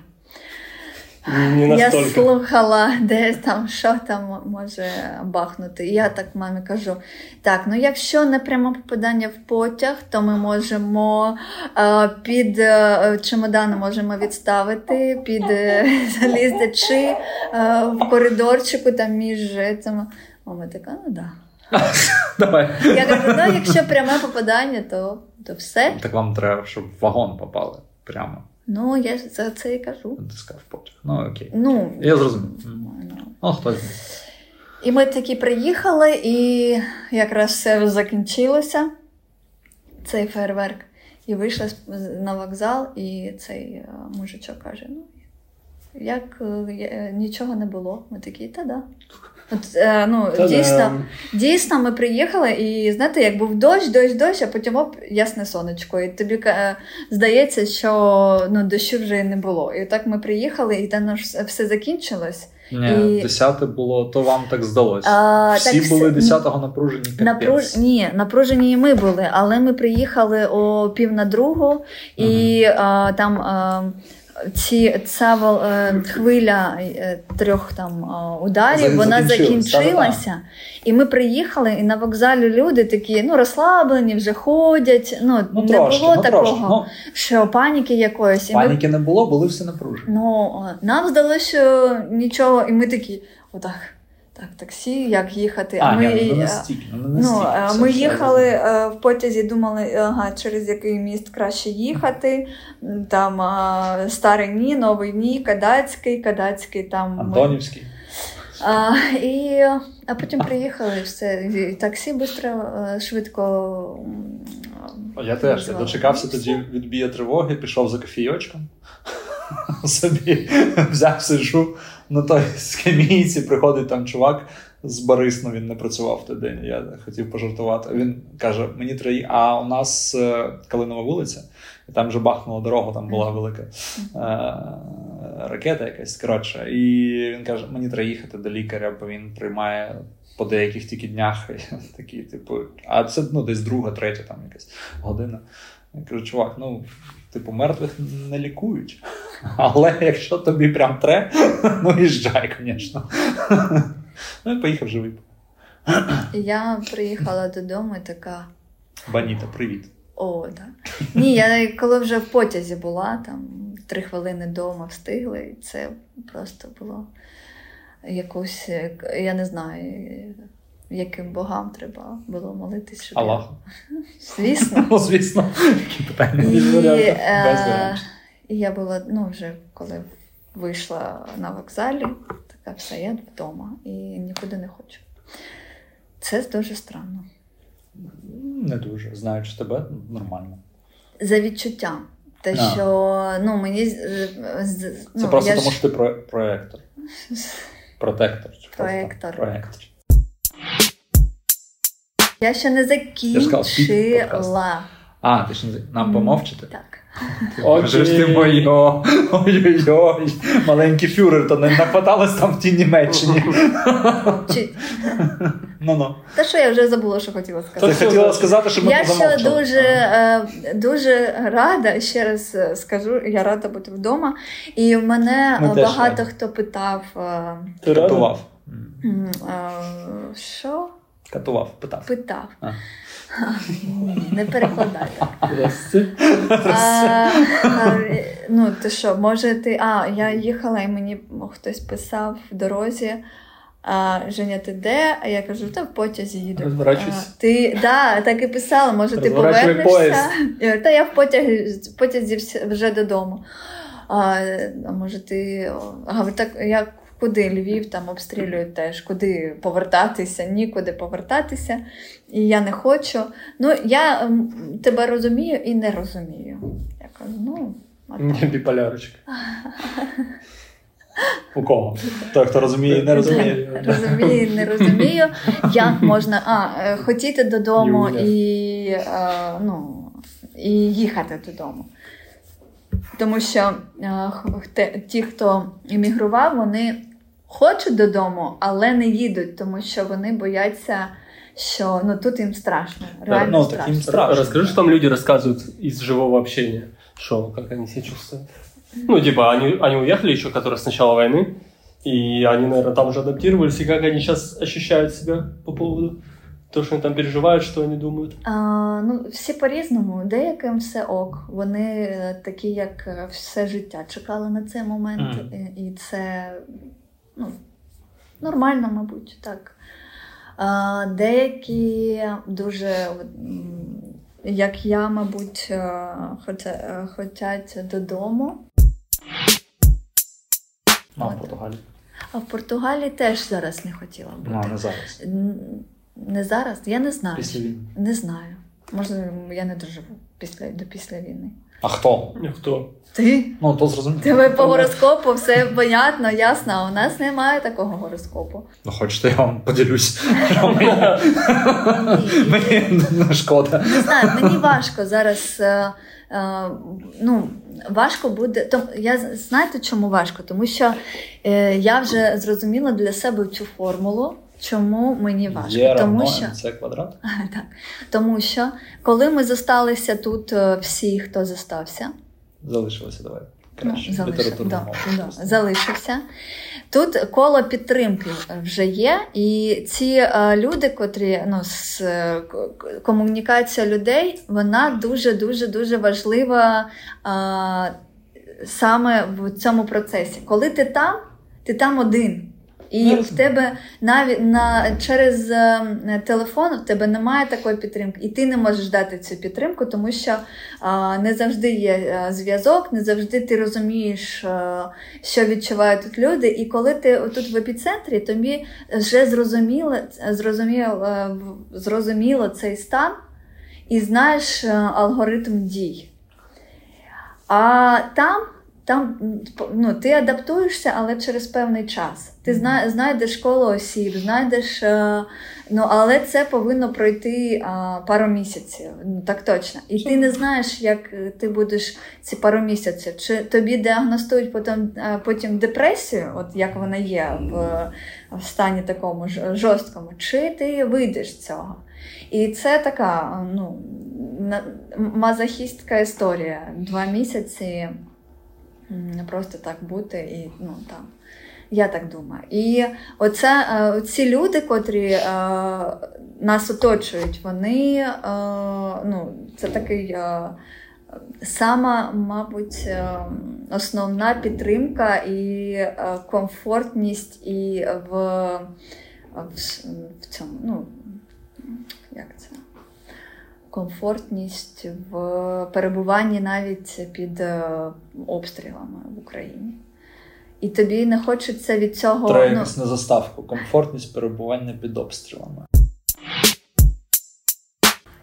Не Я настолько. слухала, де там що там може бахнути. І Я так мамі кажу: так, ну якщо не прямо попадання в потяг, то ми можемо е, під е, чемодани можемо відставити, під е, залізти чи е, в коридорчику там між е, цими. Мама така, ну да. Давай. Я кажу, ну якщо пряме попадання, то, то все. Так вам треба, щоб в вагон попали прямо. Ну я ж за це і кажу. Ти сказав потяг. Ну окей. Ну, Я зрозумів. Мгм. ну, Ну, хтось. знає. І ми такі приїхали, і якраз все закінчилося, цей фейерверк. І вийшла з- з- на вокзал, і цей е, мужичок каже: Ну, як е, е, нічого не було. Ми такі, та да. От, е, ну, дійсно, Та-дам. дійсно, ми приїхали, і знаєте, як був дощ, дощ, дощ, а потім оп, ясне сонечко. І тобі е, здається, що ну, дощу вже й не було. І так ми приїхали, і там наш все закінчилось. Ні, І- 10 було, то вам так здалось. А, Всі так, були с- 10-го напружені капець. Напруж... Ні, напружені і ми були, але ми приїхали о пів на другу, і а, там а, ці ця вол- е, хвиля е, трьох там а, ударів, За- вона закінчилась, закінчилася. І ми приїхали, і на вокзалі люди такі ну розслаблені, вже ходять. Ну, Ну, не трошки, було ну, такого, трошки. Ну, що паніки якоїсь. І ми паніки не було, були всі напружені. Ну, е, нам здалося, що нічого, і ми такі, отак, так, таксі, як їхати. А, ми, ні, ну, не е, настільки, ну, не Ну, настільки, е, все, ми все, їхали я е, в потязі, думали, ага, через який міст краще їхати. М, Там е, старий ні, новий ні, кадацький, кадацький там. розумію. ми- Антонівський. А, і, а потім приїхали і все. І таксі швидко, швидко. м, А Я теж я визвали. дочекався І тоді від бія тривоги, пішов за кофійочком. [LAUGHS] Собі взяв, сижу на той скамійці, приходить там чувак з Барисну, він не працював в той день. Я хотів пожартувати. Він каже: мені три, а у нас е, Калинова вулиця, і там вже бахнула дорога, там була велика е, ракета якась. Коротше, і він каже: мені треба їхати до лікаря, бо він приймає по деяких тільки днях. [LAUGHS] Я Такий, типу, а це ну, десь друга, третя там якась година. Я кажу, чувак, ну. Типу, мертвих не лікують. Але якщо тобі прям тре, [LAUGHS] ну їжджай, звісно. [LAUGHS] Ну і поїхав живий. І я приїхала додому і така. Баніта, привіт. О, так. Ні, я коли вже в потязі була, там три хвилини вдома встигли, і це просто було якусь, як- я не знаю, яким богам треба було молитись, щоб я- Аллах. [LAUGHS] звісно. Ну, звісно, які питання І, [LAUGHS] без варіантів. Без е, варіантів. і я була, ну, вже коли вийшла на вокзалі, така все, я вдома і нікуди не хочу. Це дуже странно. Не дуже. Знаючи тебе, нормально. За відчуттям. Те, А. що ну мені з- з- Це ну, просто я тому, ж- [LAUGHS] що ти про- проектор. Протектор. чи хто це там? Проектор. Проектор. Я ще не сказав, під подкаст. закінчила. А, ти ж не з- нам помовчити? Так. Окей. Вже ж ти моє. Ой-ой-ой. Маленький фюрер, то не нападалась там в тій [LAUGHS] Німеччині. Чи- Ну-ну. Та що я вже забула, що хотіла Ти сказати. Та що хотіла за- сказати, що ми Я ще замовчали. дуже, е, дуже рада, ще раз е, скажу, я рада бути вдома. І мене Ми е, теж багато раді. хто питав, е, Ти рада? Катував. м, е, що Катував, питав. питав. А. Ні, [LAUGHS] Не перекладай. так. Здрасте. А, а, ну, ти що, може ти. А, я їхала, і мені хтось писав в дорозі. А, Женя, ти де? А я кажу, та в потязі їду. Розворачуйся. А, Е, ти да, так і писала, може ти Розворачуй повернешся. поїзд. Я говорю, Та я в потязі, в потязі вс- вже додому. А, а може ти. А, говорю, так я куди Львів там обстрілюють теж, куди повертатися, нікуди повертатися, і я не хочу. Ну, я ем, тебе розумію і не розумію. Я кажу, ну, а У мене так. біполярочка. У кого? Той, хто розуміє, і не розуміє. Так, розумію, не розумію, як можна а, е, хотіти додому Юля. і, е, ну, і їхати додому. Тому що е, х- те- ті, хто емігрував, вони хочуть додому, але не їдуть, тому що вони бояться, що ну, тут їм страшно. Реально ну, так страшно. їм Страшно. Расскажи, что там люди рассказывают из живого общения, что, как они себя чувствуют. Ну, типа, они, они уехали еще, которые с начала войны, и они, наверное, там уже адаптировались, и как они сейчас ощущают себя по поводу того, что они там переживают, что они думают. А, ну, всі по-різному. Деяким все ок. Вони е, такі, як е, все життя чекали на цей момент, Мгм. е, і це ну, нормально, мабуть, так. А, деякі дуже, м, як я, мабуть, е, хоча, е, хотять додому. Мама Португалії. А в Португалії теж зараз не хотіла бути. Ну, не зараз. Н- Не зараз, я не знаю. Після війни. Не знаю. Може, я не доживу після, до після війни. А хто? Никто. Ти? Ну, то зрозуміло. Тебе по гороскопу все понятно, ясно. а У нас немає такого гороскопу. Ну, хочете, я вам поділюсь. Мені не шкода. Не знаю, мені важко зараз. е, е, Ну, важко буде. Том- я з- знаєте, чому важко? Тому що е, я вже зрозуміла для себе цю формулу, чому мені важко. Є Тому равно що [LAUGHS] МЦ квадрат. так, тому що коли ми зосталися тут, е, всі, хто зостався, Залишилося, давай. Краще. Ну, залишив, Літературна да, мова. да, залишився. Тут коло підтримки вже є, і ці е, люди, котрі ну, з, е, к- к- комунікація людей, вона дуже дуже дуже важлива е, саме в цьому процесі. Коли ти там, ти там один. І Я в розумію. тебе навіть на через е, телефон в тебе немає такої підтримки, і ти не можеш дати цю підтримку, тому що а, не завжди є е, зв'язок, не завжди ти розумієш, е, що відчувають тут люди. І коли ти тут в епіцентрі, тобі вже зрозуміло, зрозуміло, е, в- зрозуміло цей стан і знаєш е, алгоритм дій. А там, там м, по- ну, ти адаптуєшся, але через певний час. Ти зна- знайдеш коло осіб, знайдеш. е, Ну, але це повинно пройти а, пару місяців. Ну, Так точно. І ти не знаєш, як е, ти будеш ці пару місяців. Чи тобі діагностують потім, е, потім депресію, от як вона є в, е, в стані такому ж- жорсткому, чи ти вийдеш з цього? І це така е, ну, на- мазохістська історія. Два місяці м, просто так бути і ну там. Я так думаю. І оце е, ці люди, котрі е, нас оточують, вони е, ну, це такий е, сама, мабуть, е, основна підтримка і е, комфортність і в, в, с- в цьому, ну як це? Комфортність в перебуванні навіть під е, обстрілами в Україні. І тобі не хочеться від цього. Треба ну, якось на заставку. Комфортність перебування під обстрілами.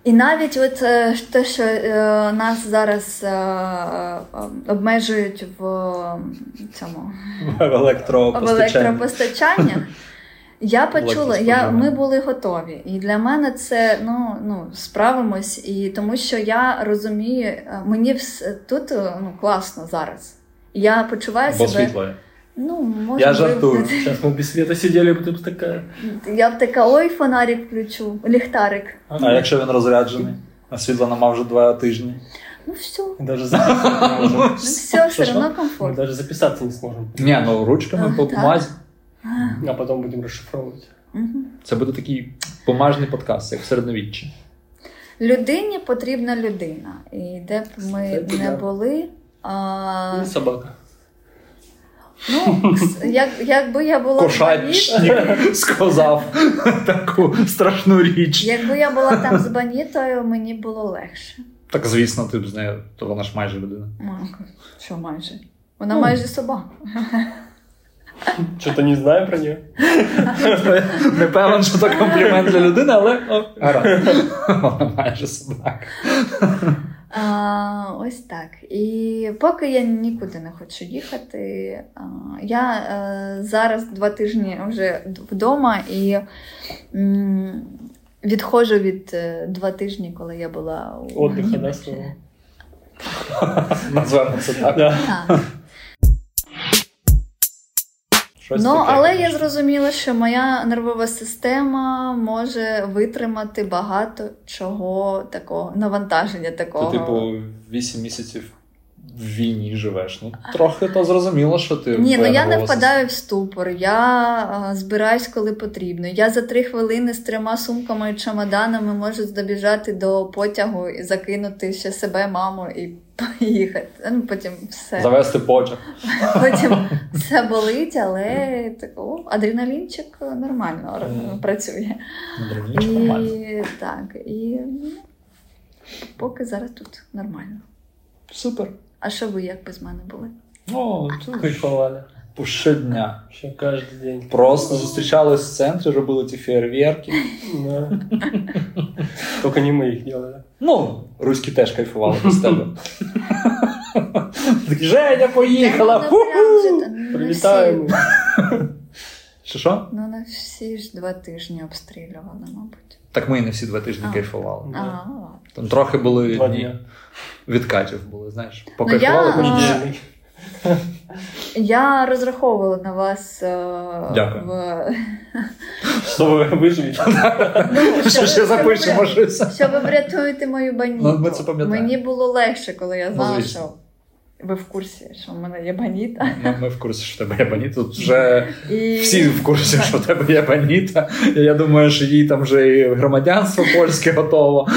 І І навіть от е, ж те, що е, нас зараз е, е, обмежують в е, цьому в електропостачанні. [LAUGHS] електропостачання. Я почула, я, Електроспоживання. ми були готові. І для мене це ну, ну, справимось, і тому що я розумію, е, мені вс- тут е, ну, класно зараз. Я почуваю Бо себе. світло. є. Ну, може, Я жартую. Сейчас мы без света сидели, бы ты бы такая. [LAUGHS] Я б така, ой, фонарик включу, ліхтарик. А якщо він розряджений, а світла нема вже два тижні. Ну все, ну Даже записаться не можем. [LAUGHS] все, все Що-що? одно Мы Ну, комфортно. даже записаться не сможем. Ні, ну ручками А, по так. бумазі. А потом будем расшифровывать. Мгм. Це буде такий бумажний подкаст, як в середньовіччі. Людині потрібна людина. І де б ми Це не да. були. А, И собака. [LAUGHS] ну, с- як, якби я була з Баніт- Кошачник [LAUGHS] сказав таку страшну річ. якби я була там з Банітою, мені було легше. Так звісно, ти б з нею, то вона ж майже людина. Мамка, що майже? Вона Ну. майже собака. Что-то не знаем про нее. Не певен, що це комплімент для людини, але о, гаразд. [LAUGHS] Вона майже собака. А, ось так. І поки я нікуди не хочу їхати, а, я е, зараз два тижні вже вдома і м, відходжу від е, два тижні, коли я була у Отдыха, да, Німеччині. своего. Назвемо це так. Да. Так. Щось ну, таке. але я зрозуміла, що моя нервова система може витримати багато чого такого, навантаження Ти, такого. типу, 8 місяців в війні живеш. Ну, трохи то зрозуміло, що ти. Ні, ну я не вирвалася. впадаю в ступор. Я е, збираюсь, коли потрібно. Я за три хвилини з трьома сумками і чемоданами можу добіжати до потягу і закинути ще себе, маму і поїхати. Ну потім все. Завести потяг. Потім [LAUGHS] все болить, але так, о, адреналінчик нормально р- працює. Дрібніч, Ну, нормально. І так, і ну, поки зараз тут нормально. Супер. А що ви як без мене були? Ну, А Кайфовали. це щодня. Вообще каждый день. Просто зустрічались в центрі, робили ті фейерверки. Да. Только не мы их делали. Ну, руські теж кайфували без тебе. Такі, Женя поїхала! Ну, ху-ху!» прям вже, ну, Прилетаем. Що що? Ну, на всі ж два тижні обстрілювали, мабуть. Так ми і не всі два тижні А. кайфували. А, Да. ладно. Там трохи були Два дні дня. відкатів були, знаєш. Ну, я- Покайфували, потім А. Недельный. я розраховувала на вас е, Дякую. в Чтобы выжить. ще, ще запишемо щось. Що ви врятуєте мою баніту? Ну, ми це пам'ятаємо. Мені було легше, коли я знала, Ну, звісно. що ви в курсі, що в мене є баніта. Ми, Ну, ми в курсі, що в тебе є баніта. Тут вже І... всі в курсі, що в тебе є баніта. І Я думаю, що їй там вже і громадянство польське готово.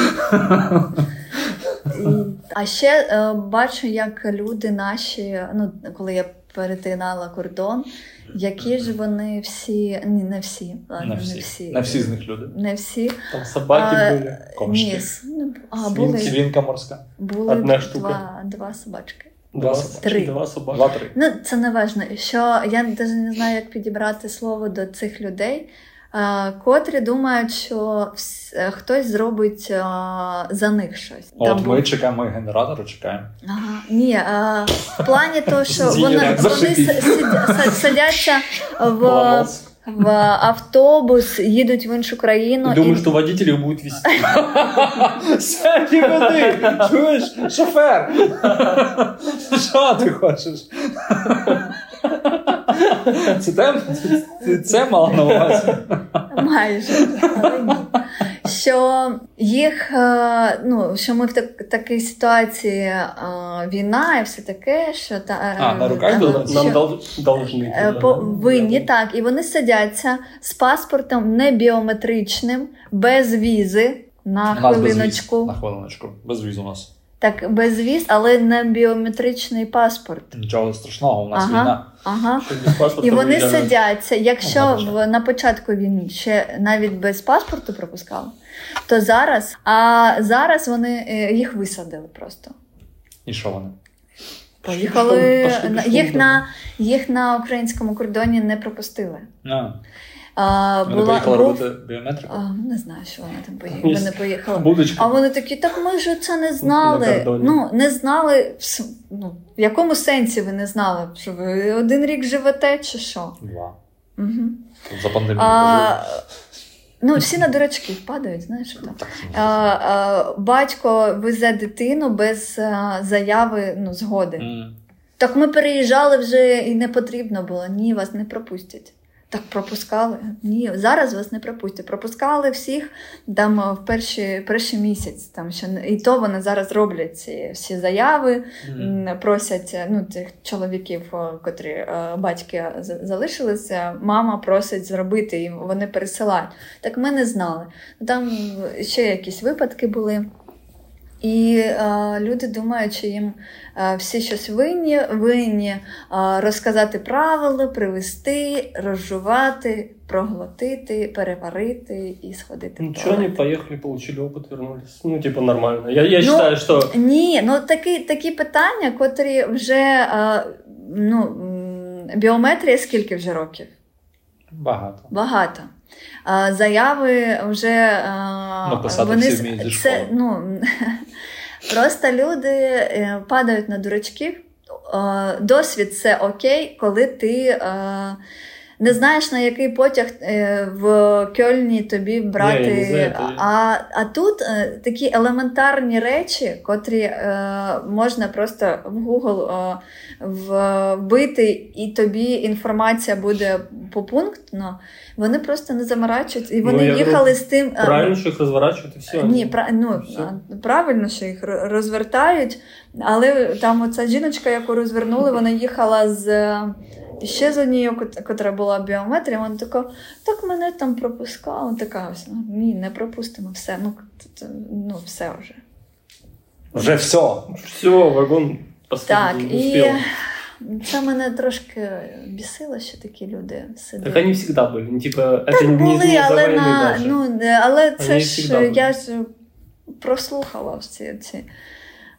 І- А ще е, бачу, як люди наші, ну коли я перетинала кордон, які ж вони всі, ні, не всі, ладно, не всі. На всі з них люди. Не всі. Там собаки А, были. Комшки. Ні, с- ну, а, Свін- були, Свінка морська. були Одна два, штука. два собачки. Два Два собаки. Три. Два собаки. Два-три. Ну, це не важно. Що я навіть не знаю, як підібрати слово до цих людей, е, котрі думають, що вс- е, хтось зробить е, за них щось. Там От був- ми чекаємо генератора, [LAUGHS] чекаємо. Ага. Ні, е, в плані того, що вони, Зіяк, вони зашипіть. с- сидя- с- садяться в, Ломался. в автобус, їдуть в іншу країну. И думаю, что водитель их будет вести. Сядь і веди! Чуєш? Шофер! [LAUGHS] Що ти хочеш? [LAUGHS] Це те? Ти це мала на увазі? [LAUGHS] Майже але ні. Що їх, е, ну що ми в так, такій ситуації е, війна і все таке, що та е, А, на руках е, додам? що, Нам дол- должны. е, Э, по- винні так, і вони сидяться з паспортом не біометричним, без візи на У нас безвіз. хвилиночку. На хвилиночку. Без віз у нас. Так, без віз, але не біометричний паспорт. Нічого страшного, у нас Ага. війна. Ага. Что без паспорта І вони выезжали. сидяться. Якщо Ага, в на початку війни ще навіть без паспорту пропускали, то зараз, а зараз вони е, їх висадили просто. І що вони? Поїхали пішли, э, на- пішли їх вдома. на їх на українському кордоні не пропустили. А, А, Вона була, поїхала був, робити біометрику. а, не знаю, що вона там поїхала. Ні, Вона поїхала. Будочка. А вони такі, так ми ж це не знали. кордоні. Ну, не знали, в с- ну, в якому сенсі ви не знали, що ви один рік живете чи що? Два. Угу. Тут За пандемію. А, ну, всі на дурачки впадають, знаєш там. А, а, батько везе дитину без а, заяви ну, згоди. М. Так ми переїжджали вже і не потрібно було. Ні, вас не пропустять. Так пропускали. Ні, зараз вас не пропустять. Пропускали всіх там а, в перші, перший місяць. Там ще не- і то вони зараз роблять ці всі заяви. М. М, просять е, ну, тих чоловіків, е, котрі е, батьки за- залишилися, мама просить зробити їм, вони пересилають. Так ми не знали. Ну, Там ще якісь випадки були. І е, люди думають, що їм е, всі щось винні, винні е, розказати правила, привести, розжувати, проглотити, переварити і сходити. в Ничего, они туалет. поехали, получили опыт, вернулись. Ну, типа, нормально. Я, я Ну, считаю, что... Ні, ну такі, такі питання, котрі вже е, ну, м, біометрія скільки вже років? Багато. Багато. Е, Заяви вже е, Ну, Написати вони всі з- вміють зі це, школи. ну, [LAUGHS] Просто люди е, падають на дурачків. Е, Досвід це окей, коли ти е, не знаєш, на який потяг е, в Кельні тобі брати. Ні, я не знаю, то я- а, а тут е, такі елементарні речі, котрі е, можна просто в Google е, вбити, і тобі інформація буде попунктно. Вони просто не заморачуються. І Ну, вони я їхали з тим. е, Правильно, что их разворачивают, и все. ні, пра... ну, Все. а, правильно, що їх ро- розвертають, але там оця жіночка, яку розвернули, вона їхала з е, ще з однією, кот- котра була біометрія, вона така, так мене там пропускала. Така ось ну, ні, не пропустимо все. Ну, т- т- ну все вже. Вже все. Все, вагон поставили, Так, не і успел. це мене трошки бісило, що такі люди Так сидять. они всегда были. Ну, Типа, это не, не Були, за але войны на даже. а ну не- але це Вони ж завжди були. я ж прослухала всі ці.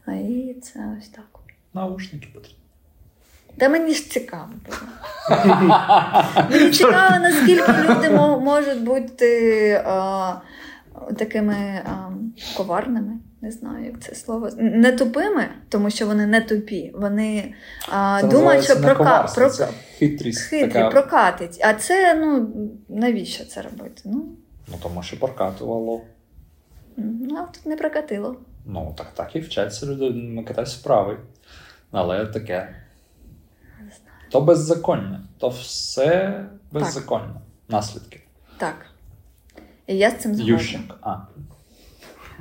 А і це ось так. Наушники потрібні. [LAUGHS] Та мені ж цікаво було. Мені цікаво, наскільки люди мо- можуть бути а, такими а, коварними. Не знаю, як це слово. Не тупими, тому що вони не тупі. Вони а, Це думають, що називається не прока, коварство, про, це хитрість. хитрі, така. прокатить. А це ну навіщо це робити? Ну, Ну тому що прокатувало. ну а тут не прокатило. Ну так так і вчаться люди макатись вправи. Але таке. То беззаконня. То все беззаконня. Наслідки. Так. І я з цим згодна. Ющенко. А,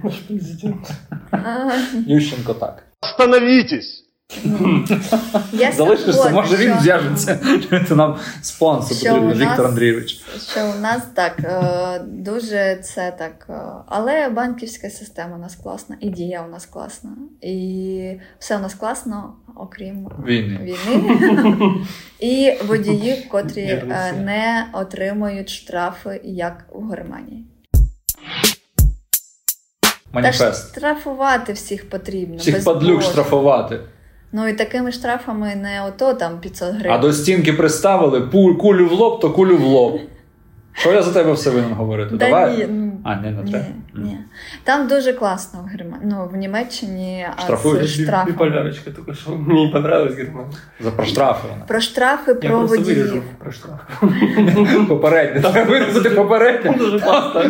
Наш [LAUGHS] президент. А, Ющенко так. Остановитесь! Я з цим Залишишся, згодна, може він що- зв'яжеться. Це нам спонсор Що потрібен, у нас? Віктор Андрійович. Що у нас так е, дуже це так. е, Але банківська система у нас класна, і дія у нас класна, і все у нас класно, окрім Війни. війни і водіїв, котрі е, Вірно, все. не отримують штрафи, як у Германії. Та ж Маніфест. штрафувати всіх потрібно. Всіх ну, без падлюк божих. штрафувати. Ну і такими штрафами не ото там 500 А гривень. до стінки приставили пу- кулю в лоб, то кулю в лоб. Що я за тебе все винен говорити? Да Давай. ні, ну, А, ні, не треба. Ні, ні. Там дуже класно в Герма... ну, в Німеччині а, Штрафують з штрафами. Биполярочка только что. Мне не понравилась Германия. За про штрафи вона. Про штрафи Я про просто водіїв. вырежу про [LAUGHS] штраф. Ну, Попередньо. Треба вирізати попередньо. Дуже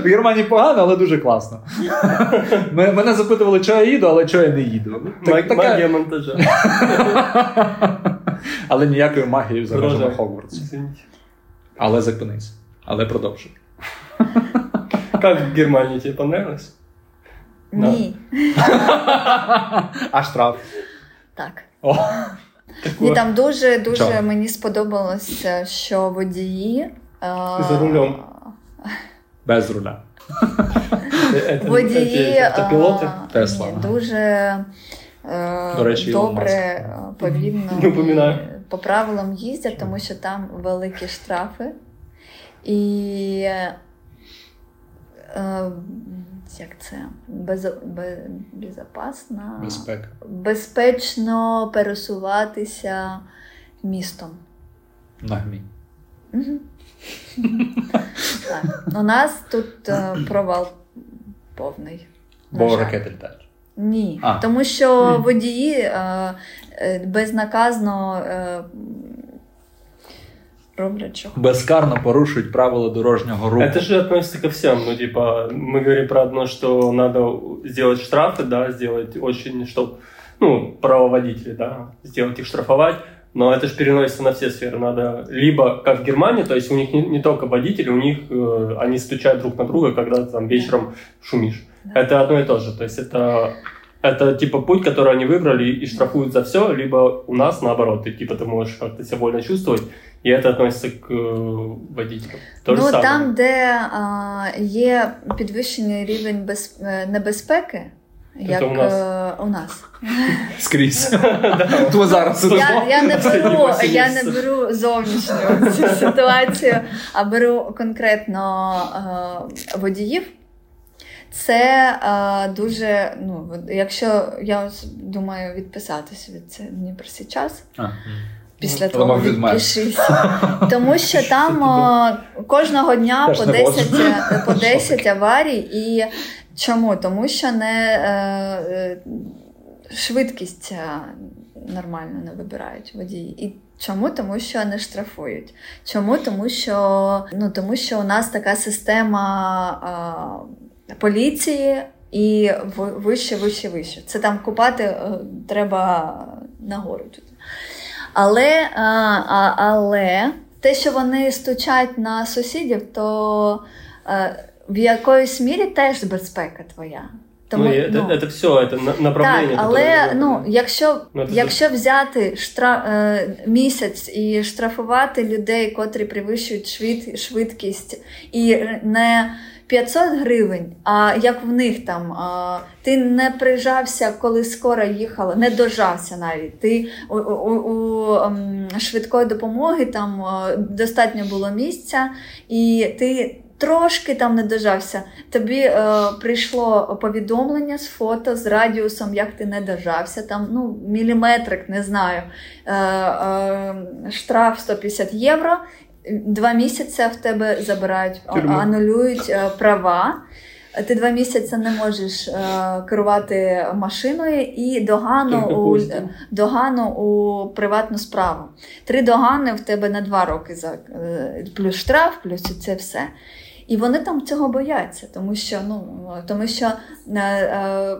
В Германії погано, але дуже класно. М- Мене запитували, чого я їду, але чого я не їду. Так- Маг- така- Магия монтажа. [LAUGHS] Але ніякою магією за Дороже. межами Хогвартсу. Извините. Але зупинись. Але продовжуй. Как в Германии тебе понравилось? Ні. А штраф. Так. О, Ні, там дуже дуже Чого? мені сподобалося, що водії. е, За рулем. без руля. Э, это- эти- Водії эти автопилоты. е, Тесла. ні, дуже е, До речі, Ілон добре е, повільно і Напоминаю. по правилам їздять, тому що там великі штрафи. І е, як це? Без, без, безопасно, Безпека. безпечно пересуватися містом. Нагмі. [LAUGHS] Мгм. Так. У нас тут е, провал повний. на Бо жаль. ракети літають. Ні. А. Тому що водії е, е, безнаказно е, роблять чого. Безкарно порушують правила дорожнього руху. Это же относится ко всем. Ну, типа, мы говорим про одно, что надо сделать штрафы, да, сделать очень, чтобы, ну, правоводители, да, сделать их штрафовать. Но это же переносится на все сферы. Надо либо, как в Германии, то есть у них не, не только водители, у них э, они стучат друг на друга, когда ты там вечером шумишь. Да. Это одно и то же. То есть это, это типа путь, который они выбрали и штрафуют за все, либо у нас наоборот. Ты типа ты можешь как-то себя больно чувствовать, и это относится к э, водителям. То же ну самое. там, де е, є підвищений рівень без, е, небезпеки, як Тобто у нас. е, у нас. [LAUGHS] Скрізь. То зараз. Я, я не беру, Це я не дивно. беру зовнішню цю ситуацію, а беру конкретно е, водіїв. Це е, дуже, ну, от якщо я ось думаю відписатися від це мені про сей час. А. Після Ну, думав, того від мене. відпишись. Тому що там е, кожного дня Теж по не 10, можу. [LAUGHS] е, по 10 аварій. І чому? Тому що не е, е, швидкість е, нормально не вибирають водії. І чому? Тому що не штрафують. Чому? Тому що, ну, тому що у нас така система е, поліції. І ви- вище, вище, вище. Це там купати е, треба нагору тут. Але, а, а, але те, що вони стучать на сусідів, то е, в якоїсь мірі теж безпека твоя. Тому, ну, и это, ну, это все, это на- направление. так, але которое- ну, якщо, Ну, це якщо взяти штра, е, місяць і штрафувати людей, котрі перевищують швид, швидкість, і не 500 гривень, а як в них там, а, ти не прижався, коли скоро їхала, не дожався навіть. Ти у, у, у, у ем, швидкої допомоги там е, достатньо було місця, і ти. Трошки там не дожався. Тобі е, прийшло повідомлення з фото з радіусом, як ти не дожався, там ну міліметрик, не знаю. Е, е, штраф 150 євро. Два місяці в тебе забирають, а- Тюрма. анулюють е, права. Ти два місяці не можеш е, керувати машиною і догану Только у, пусть. догану у приватну справу. Три догани в тебе на два роки за е, плюс штраф, плюс це все. І вони там цього бояться, тому що ну е, тому що е, е,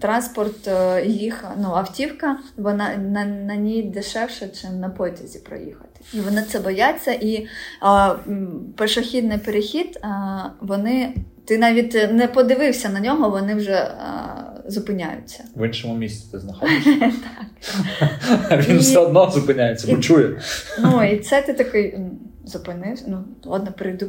транспорт е, їх ну автівка, вона на, на ній дешевше, ніж на потязі проїхати. І вони це бояться. І е, м, пішохідний перехід е, вони. Ти навіть не подивився на нього, вони вже е, зупиняються. В іншому місці ти знаходишся. [LAUGHS] Він все одно зупиняється, бо чує. Ну і це ти такий м, зупинився. Ну ладно, прийду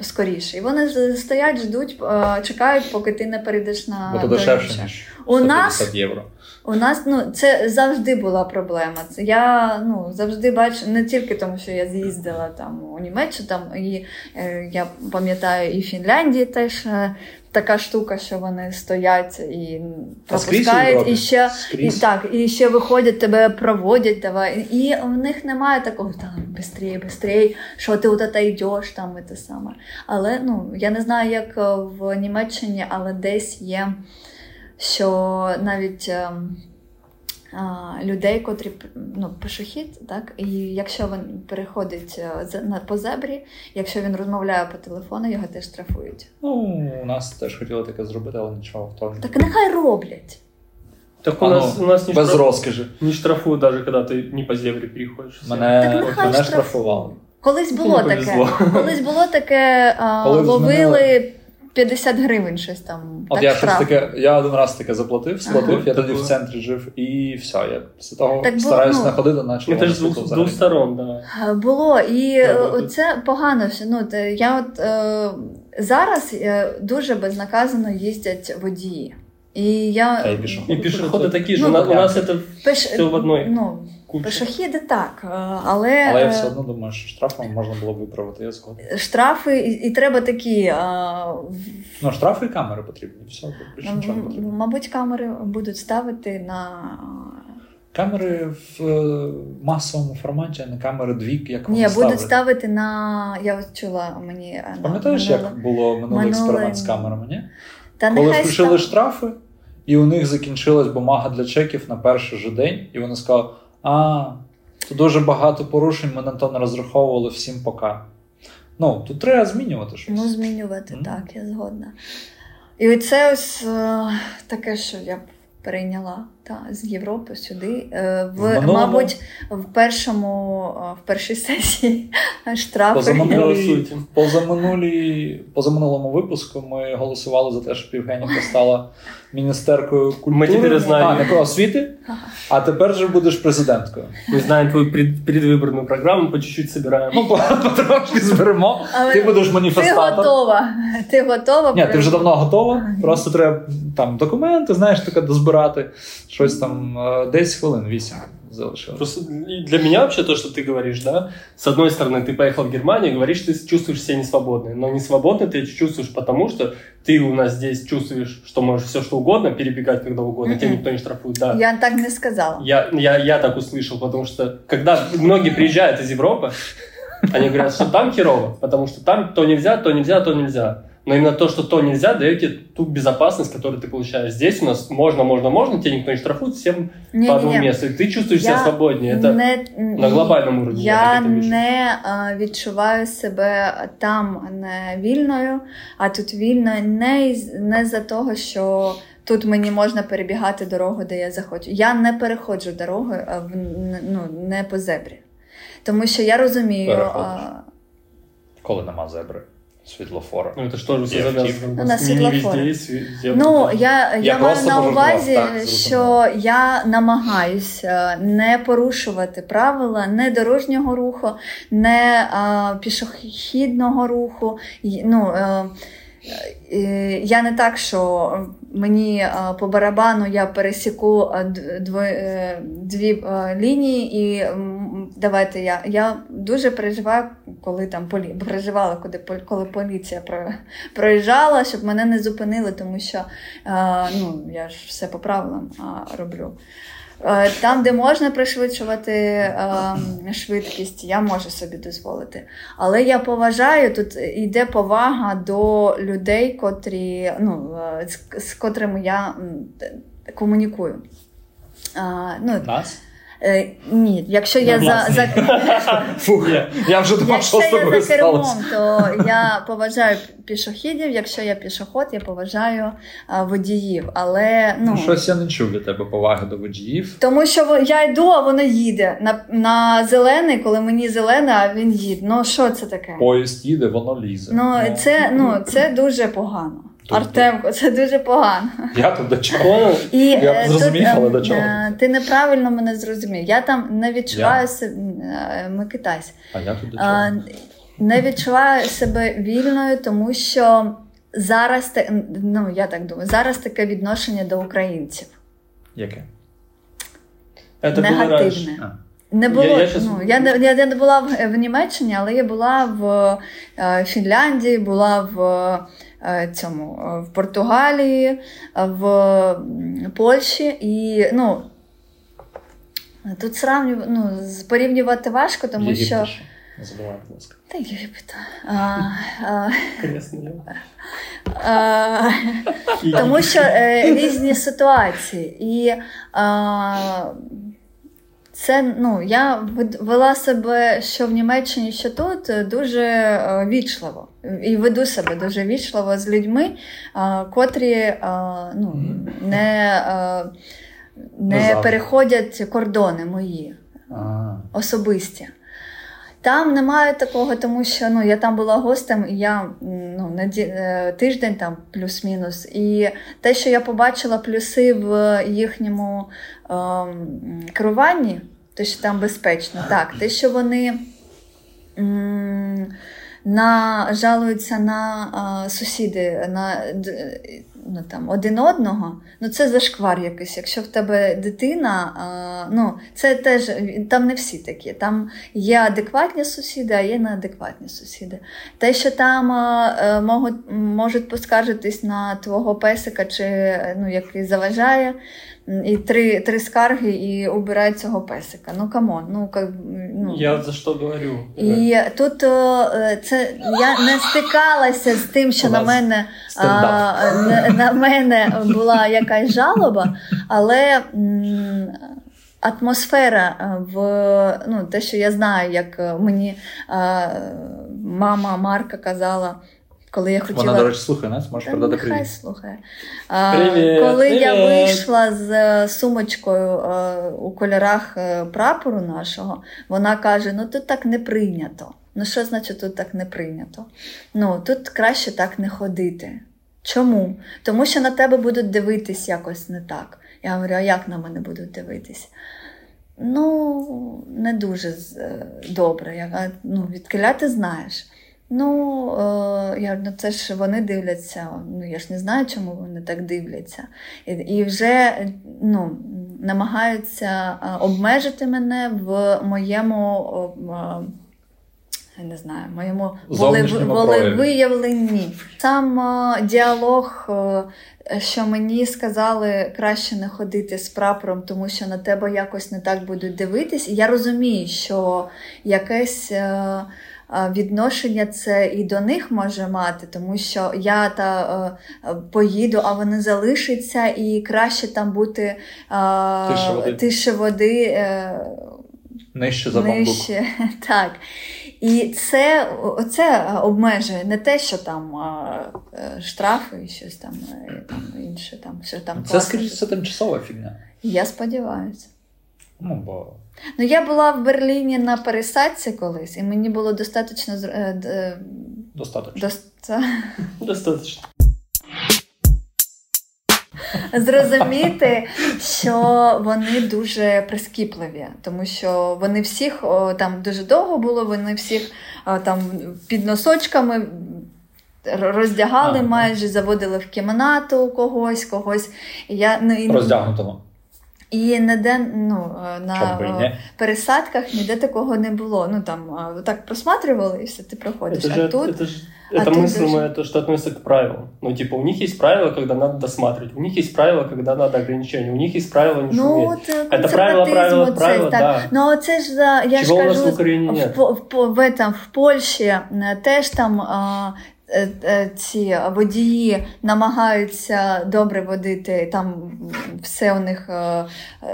скоріше. І вони з- стоять, ждуть, е, чекають, поки ти не перейдеш на Бо то інше. дешевше, ніж У нас- 150 євро. У нас ну це завжди була проблема. Це я ну завжди бачу не тільки тому, що я з'їздила там у Німеччину, там і е, я пам'ятаю, і в Фінляндії теж е, така штука, що вони стоять і А скрізь пропускають, Європі? і ще і Скрізь. так, і ще виходять, тебе проводять, давай. І в них немає такого там бистрій, бистрій, що ти от це йдеш там і те саме. Але ну я не знаю, як е, в Німеччині, але десь є, що навіть. ем, а, Людей, котрі ну, пішохід, так і якщо він переходить е, за- на- по зебрі, якщо він розмовляє по телефону, його теж штрафують. Ну, у нас теж хотіли таке зробити, але нічого в тому. Так нехай роблять. Так у Оно нас, у нас не, Без штраф- розкажи. не штрафуют даже, когда ты не по зебре переходишь. Так Мене, нехай от мене штраф- штрафували. Колись Ну, було повезло. таке. Колись було таке, а, Коли ловили 50 гривень щось там. От так, я щось штраф. таке, я один раз таке заплатив, сплатив, я Ага. тоді в центрі жив і все. Я після того Так було, стараюсь ну. не ходити, наче Это же с двух, с двух сторон, да. Е, Було, і е, Да, да, да. це погано. все. Ну, те- я от е, зараз е, дуже безнаказано їздять водії. І я Та й пішов. И пешеходы такие же. Ну, у, нас, у понятно. нас это пиш... все в одной ну, куче. пішохіди так, е, але, Але я е, все одно думаю, що штрафом можна було б виправити, я згоден. штрафи і, і треба такі. е, в- Ну, штрафи і камери Ну, потрібні, все, більше нічого не м- потрібно. мабуть, камери будуть ставити на е, камери в е, масовому форматі, а не камери двік, як Ні, вони будуть ставлять. ставити на. Я от чула мені. е, на- Пам'ятаєш, минуле- як було минулий минуле- експеримент з камерами? Ні? Та Коли нехай включили став- штрафи, і у них закінчилась бумага для чеків на перший же день, і вони сказали: а, тут дуже багато порушень, ми на то не розраховували всім пока. Ну, тут треба змінювати щось. Ну, змінювати, Мгм. так, я згодна. І оце ось е, таке, що я б прийняла та, з Європи сюди. Е, в, В минулому- Мабуть, в першому, е, в першій сесії [LAUGHS] штрафи. Позаминулому- Голосуйте. Позаминулі, позаминулому випуску ми голосували за те, щоб Євгеніка стала міністеркою Ми культури тепер знаємо. а, не про освіти, Ага. а тепер же будеш президенткою. Мы знаем твою пред- предвыборную программу, по чуть-чуть собираем. Ну, по- потрошки зберемо. Але Ти будеш ти маніфестантом. готова. Ти готова. Ні, ти вже прийняти? давно готова. Просто треба там документи, знаєш, таке дозбирати. Щось там е, 10 хвилин, 8 залишилось. Просто и для меня вообще то, что ты говоришь, да, с одной стороны, ты поехал в Германию, говоришь, ты чувствуешь себя несвободной, но несвободной ты чувствуешь потому, что ты у нас здесь чувствуешь, что можешь все что угодно, перебегать когда угодно, тебя Мгм. никто не штрафует, да. Я так не сказала. Я, я, я так услышал, потому что когда многие приезжают из Европы, они говорят, что там херово, потому что там то нельзя, то нельзя, то нельзя. Но именно то, что то нельзя, дает тебе ту безопасность, которую ты получаешь. Здесь у нас можно, можно, можно, тебя никто не штрафует, всем Ні, по ні, одному ні. месту. И ты чувствуешь себя Я свободнее. Это не, на глобальному уровне. Я это вижу. не е, відчуваю себе там не вільною, а тут вільно не, із- не за того, що тут мені можна перебігати дорогу, де я захочу. Я не переходжу дорогу е, в н- ну, не по зебрі. Тому що я розумію, Переходиш. е, Коли нема зебри, світлофора. Ну, это что же все Я завязано? Ну, на Не светлофоре. везде есть зебры, Ну, да. я, я, Я маю просто на можу увазі, вас так що я намагаюся не порушувати правила не дорожнього руху, не е, пішохідного руху. Й- Ну, е, е, я не так, що мені е, по барабану я пересіку е, д- дво- е, дві е, лінії, і м, давайте я. Я дуже переживаю, коли там полі... переживала, коли, пол- коли поліція про проїжджала, щоб мене не зупинили, тому що е, ну, я ж все по правилам е, роблю. Е, Там, де можна пришвидшувати е, швидкість, я можу собі дозволити. Але я поважаю, тут йде повага до людей, котрі, ну, е, з, з котрими я м, т- комунікую. Е, ну, Нас? е, ні, якщо я Ну, за, власне. за, Фух, я, я вже думав, Якщо що з я тобою за кермом, сталося. то я поважаю пішохідів. Якщо я пішоход, я поважаю а, водіїв. Але ну Щось я не чув від тебе поваги до водіїв. тому, що во- я йду, а воно їде на, на зелений, коли мені зелене, а він їде. Ну що це таке? Поїзд їде, воно лізе. Ну це ну це дуже погано. Тобто- Артемко, це дуже погано. Я тут до чого? Понял? І Я б е, зрозумів, тут, е, але до чого? е, ти неправильно мене зрозумів. Я там не відчуваю Я? себе. е, Ми китайці. А я тут до чого? А, не відчуваю себе вільною, тому що зараз та- ну я так думаю, зараз таке відношення до українців Яке? Это было раньше. негативне. А. Не Я- було я щас- ну я не я, я не була в, в Німеччині, але я була в е, Фінляндії, була в е, цьому е, в Португалії, е, в м, Польщі і ну. Тут сравнювати ну, з- порівнювати важко, тому Єгипет що ще. Не забувай, будь ласка. та Єгипет. А, а, Крест налево. а, И- Тому що е, різні ситуації. І е, це, ну, я вед- вела себе що в Німеччині, що тут е, дуже е, вічливо. І веду себе дуже вічливо з людьми, е, котрі е, ну, не, е, не Назавжди. переходять кордони мої А. особисті. Там немає такого, тому що ну я там була гостем, і я м, ну на ді- е, тиждень там плюс-мінус. І те, що я побачила плюси в їхньому ем, керуванні, те, що там безпечно, так, те, що вони м, на, жалуються на е, сусіди, на д- е, ну, там, один одного, ну це зашквар якийсь. Якщо в тебе дитина, е, ну це теж там не всі такі. Там є адекватні сусіди, а є неадекватні сусіди. Те, що там е, е, можуть, можуть поскаржитись на твого песика, чи е, ну, який заважає, м, і три, три скарги, і обирай цього песика. Ну камон, ну как ну. Я за что говорю. І тут е, це я не стикалася з тим, що У на нас мене стендап. а, на, на мене була якась жалоба, але м, атмосфера е, в ну, те, що я знаю, як е, мені е, мама Марка казала, коли я хотіла. Вона, до речі, слухає нас, можеш Та передати нехай привіт. слухає. А, Привіт, коли я привіт. вийшла з е, сумочкою е, у кольорах е, прапору нашого, вона каже: ну тут так не прийнято. Ну що значить тут так не прийнято? Ну тут краще так не ходити. Чому? Тому що на тебе будуть дивитись якось не так. Я говорю, а як на мене будуть дивитись? Ну, не дуже з- е, добре. Я кажу, ну, відкиля ти знаєш. Ну, е, я говорю, ну це ж вони дивляться. Ну, я ж не знаю, чому вони так дивляться. І, і вже е, ну, м, намагаються е, обмежити мене в моєму. о, е, я не знаю, моєму воле- Зовнішньому прояві. волевиявленні. Сам е, діалог, е, що мені сказали краще не ходити з прапором, тому що на тебе якось не так будуть дивитись. І я розумію, що якесь. е, е, Відношення це і до них може мати, тому що я та е, е, поїду, а вони залишаться, і краще там бути е, Тише води. тише води е, Нижче за бамбук. Нижче, [LAUGHS] так. І це оце обмежує не те, що там а, е, штрафи і щось там, е, там інше, там що там Це, класно. скоріше, це тимчасова фігня. Я сподіваюся. Ну, бо Ну я була в Берліні на пересадці колись, і мені було достатньо зр- е, д- е, достатньо. доста- Э, Достаточно. зрозуміти, що вони дуже прискіпливі, тому що вони всіх о, там дуже довго було, вони всіх а, там під носочками. р- Роздягали А, ну. майже, заводили в кімнату когось, когось. І Я ну, і, Роздягнутого. і ніде ну, е, на Чом би і е, ні? пересадках ніде такого не було. Ну там а, так просматривали і все, ти проходиш. Это а же, тут это же- а это тут мыслимое то, что относится к правилам. Ну, типа, у них есть правила, когда надо досматривать, у них есть правила, когда надо ограничения, у них есть правила не ну, шуметь. от, е, Это правило, консерватизм правило, оцей, правило, так. да. Ну, а це ж за я Чего ж у нас кажу, в Украине в, нет? по- в, по- в, этом, в Польщі е, теж там а, е, е, ці водії намагаються добре водити там все у них е,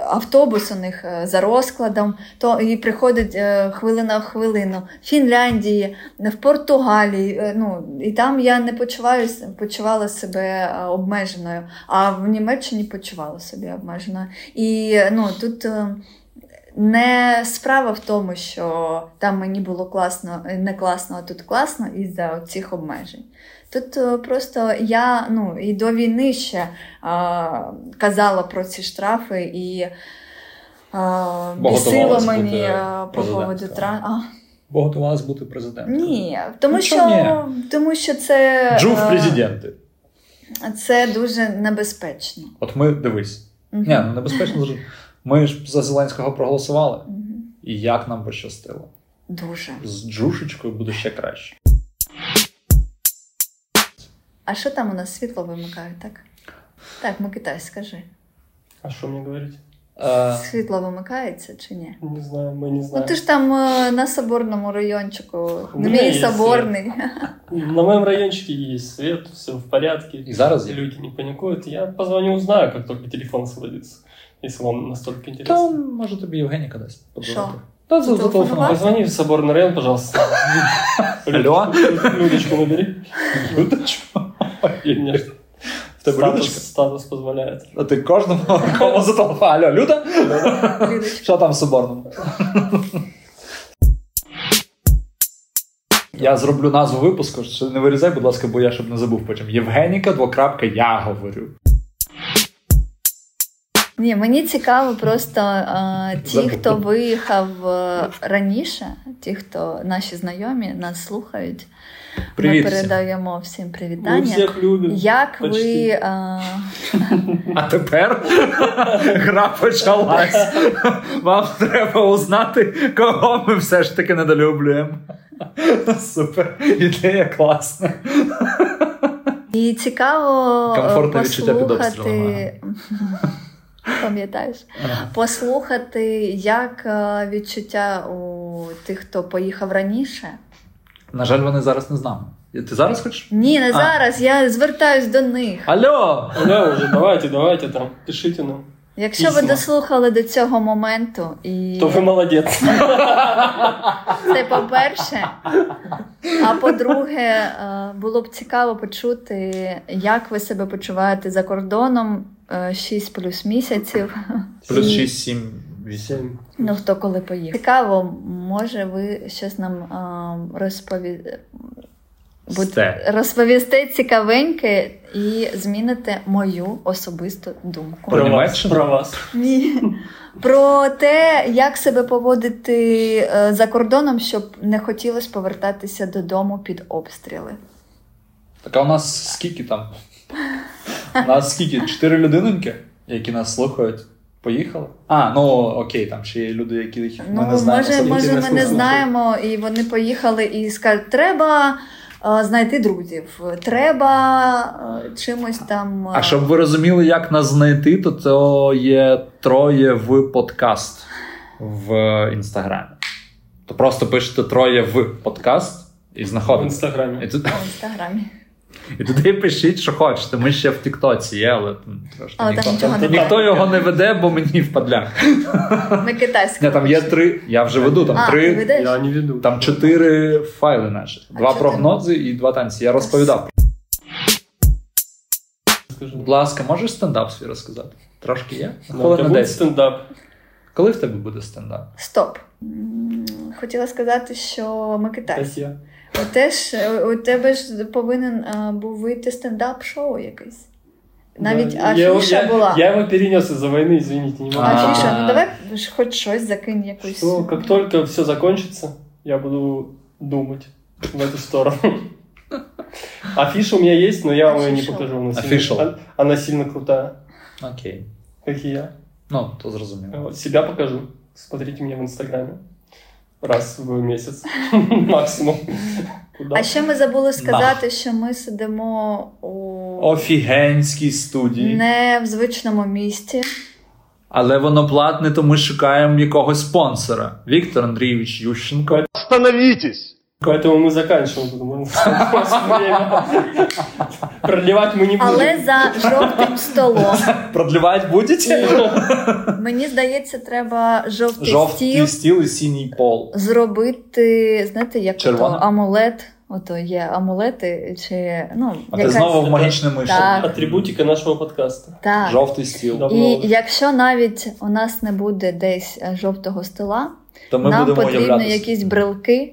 автобус у них е, за розкладом. То і приходить е, хвилина в хвилину. В Фінляндії, в Португалії. е, Ну і там я не почуваюся, почувала себе е, обмеженою. А в Німеччині почувала себе обмеженою. І ну тут. е, не справа в тому, що там мені було класно, е, не класно, а тут класно із-за цих обмежень. Тут е, просто я ну і до війни ще е, казала про ці штрафи і е, бісило готувалась мені бути е, по поводу президентом. тра... а, Бо готувалась бути президентом. Ні, тому Ну, що, чому тому що це, Джув е, президенти. це дуже небезпечно. От ми дивись. Мгм. Ні, ну небезпечно зрозуміло. Ми ж за Зеленського проголосували. Мгм. І як нам пощастило. Дуже. З Джушечкою буде ще краще. А що там у нас світло вимикають, так? Так, Микитай, скажи. А что мне говорить? Е, Світло вимикається чи ні? Не знаю, мы не знаем. Ну ти ж там е, на соборному райончику, У мене мій є соборний. [LAUGHS] На моем райончике есть свет, все в порядке. і зараз є. Люди не паникуют. Я позвоню, узнаю, как только телефон освободится, если вам настолько То интересно. може тобі Євгеніка дасть. Що? Та за Зателефонувати? телефон. Позвони в соборный район, пожалуйста. [LAUGHS] Алло? Людочку набери. Людочка. Мне В статус- тебе Э, Людочка? Статус позволяет. А ти кожному кому зателефонував? Алло, Люда? Лідочка. Що там в соборному? Я зроблю назву випуску, що не вирізай, будь ласка, бо я щоб не забув потім. Євгеніка, двокрапка, я говорю. Ні, мені цікаво просто е, ті, Забув. хто виїхав е, раніше, ті, хто наші знайомі нас слухають. Привіт Ми всім. передаємо всім Мы привітання. всех любим. Як ви Почти. е, А тепер гра почалась. Вам треба узнати, кого ми все ж таки недолюблюємо. Супер, ідея класна. і цікаво е, Комфортне відчуття під послухати. обстрілом, [LAUGHS] пам'ятаєш? Ага. Послухати, як е, відчуття у тих, хто поїхав раніше. На жаль, вони зараз не з нами. Ти зараз хочеш? Ні, не А. зараз. Я звертаюсь до них. Алло! Да, уже давайте, давайте там, пишите нам. Якщо ви пізно. дослухали до цього моменту, і То вы молодец. це по-перше. А по-друге, е, було б цікаво почути, як ви себе почуваєте за кордоном 6 плюс місяців. Плюс І- 6, 7, 8. Всем. Ну, хто коли поїхав. Цікаво, може, ви щось нам а, розпові... будь- Сте. розповісти цікавеньке і зміните мою особисту думку. Про Про вас, Німеччину? про вас. Ні. Про те, як себе поводити е, за кордоном, щоб не хотілося повертатися додому під обстріли. Так а у нас скільки там? У нас скільки? Чотири людинки, які нас слухають. Поїхали? А, ну окей, там ще є люди, які ми Ну, не знаємо. може, особисто. може, ми не слухали. знаємо, і вони поїхали і скажуть, треба. е, Знайти друзів, треба е, чимось там. А е, щоб ви розуміли, як нас знайти, то це є троє в подкаст в інстаграмі. То просто пишете троє в подкаст і В знаходите. І, Инстаграме. тут, в інстаграмі. і туди пишіть, що хочете. Ми ще в Тіктоці є, але там трошки Але там ніхто, нічого немає. ніхто його не веде, бо мені впадляк. Ми китайська. Ні, там є три. Я вже веду там а, три. ти ведеш? Я не веду. Там чотири файли наші. А Два чотири? прогнози і два танці. Я розповідав. Скажи. Будь ласка, можеш стендап свій розказати? Трошки є? Да, у тебя Хвилин будет 10. стендап. Коли в тебе буде стендап? Стоп. М, Хотіла сказати, що ми китайці. Статья. У, теж, у тебе ж повинен а, був вийти стендап-шоу якийсь. Навіть Да. Я его- афіша я- була. Я его перенес из-за войны, извините, не могу. А, Афіша, А. ну давай ж хоч щось закинь якусь. Что, как только все закончится, я буду думать в эту сторону. Афиша у меня есть, но я вам ее не Афиша. покажу. Она Афиша. сильно, он- она сильно крутая, Окей. как и я. Ну, то зрозуміло. Вот, себя покажу. Смотрите меня в Инстаграме. Раз в месяц. [LAUGHS] Максимум. Куда? А ще ми забули сказати, що ми сидимо у Офігенській студії. не в звичному місті. Але воно платне, то ми шукаємо якогось спонсора. Віктор Андрійович Ющенко. Остановитесь! Поэтому мы заканчиваем. потому что у нас [LAUGHS] время. Продлевать мы не будем. Але за жовтим [LAUGHS] столом. Продлівати будете? Мені здається, треба жовтий, Жовтий стіл стіл і синій пол. зробити, знаєте, як Червона? ото амулет. Ото є амулети, чи ну А ти знову в магічному Так. йшов. Атрибутика нашего подкаста. так. Жовтий стіл. Да. І якщо навіть у нас не буде десь е, жовтого стола, То ми нам будемо потрібно уявляти. якісь брелки.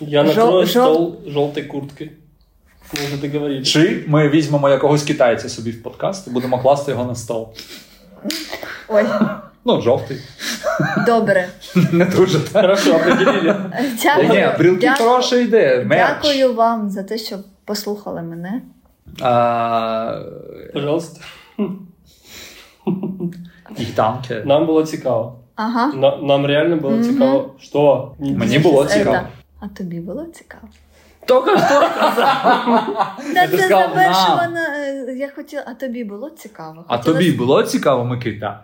Я Жо- накрою жо- стол желтой курткой. Мы уже договорились. Чи ми візьмемо якогось китайця собі в подкаст і будемо класти його на стол. Ой, Ну, жовтий. [LAUGHS] добре. Не дуже. так? Хорошо, определили. Дякую. Ні, брілки Дя- хороша ідея. Мерч. Дякую вам за те, що послухали мене. А, Пожалуйста. і танки. Нам было цікаво. Ага. На- Нам реально было Мгм. цікаво. Что? Мені було Це- цікаво. да. А тобі було цікаво? Только что. Та ти це сказав, завершувано. е, Я хотіла, а тобі було цікаво? А Хотіла тобі було цікаво, Микита?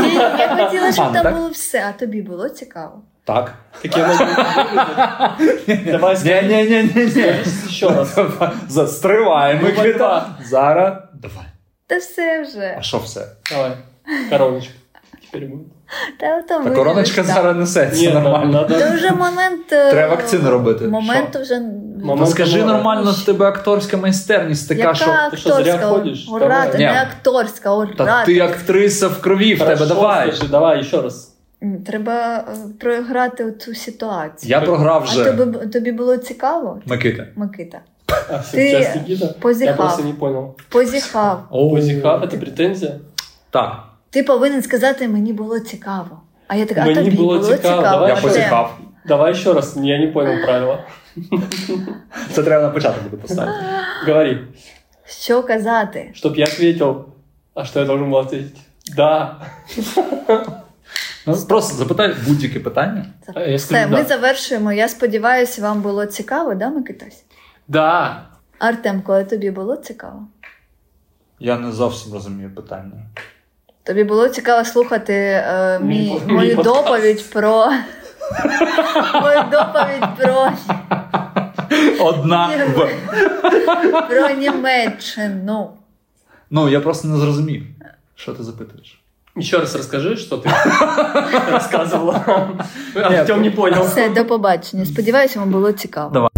Ні, Я хотіла, щоб А, ну там так. було все, а тобі було цікаво. Так. Так я могу выглядеть. Давай Ні, ні, ні, ні, ні. еще раз. Застривай, Ну, Микита. Микита. Зараз. Давай. Та все А вже. що все? Давай. Короночка. Теперь будет. [LAUGHS] Та, там Та короночка зараз Ні, несеться нам нормально. надо. [LAUGHS] Це вже момент. е, Треба вакцини робити. Момент вже. Та Момент скажи нормально. нормально, з тебе акторська майстерність така, Яка що. ти що, акторська? зря ходиш? Ура, ти Давай. Ні. не акторська, ура. Та ти актриса в крові в тебе, Хорошо, давай. слушай, давай еще раз. М, Треба е, програти цю ситуацію. Я програв А вже. тобі, тобі було цікаво, Микита. Микита? А, все, Ты сейчас Никита. Я просто Позіхав. не понял. Позіхав. О, Позіхав, это претензия? Так, Ти повинен сказати, мені було цікаво. А я така, а Мені тобі було було, цікаво, цікаво. давай я Все. позіхав. Давай еще раз, я не понял правила. Це треба на початок буде поставити. Говори, Що казати? чтоб я ответил. А что я должен был ответить? Да. Ну, просто запитай будь-яке питання. А Е, я Все, скажу ми да. завершуємо. Я сподіваюся, вам було цікаво, да, Микитась? Да. Артемко, а тобі було цікаво? [LAUGHS] Я не зовсім розумію питання. Тобі було цікаво слухати е, Мій мій, по- мій мою подкаст. доповідь про. Мою доповідь про, Одна в. про Німеччину. Ну я просто не зрозумів, що ти запитуєш. Еще раз расскажи, что [LAUGHS] ты рассказывала. Артем не понял. Ну. Все, до побачення. Сподіваюся, вам було цікаво. Давай.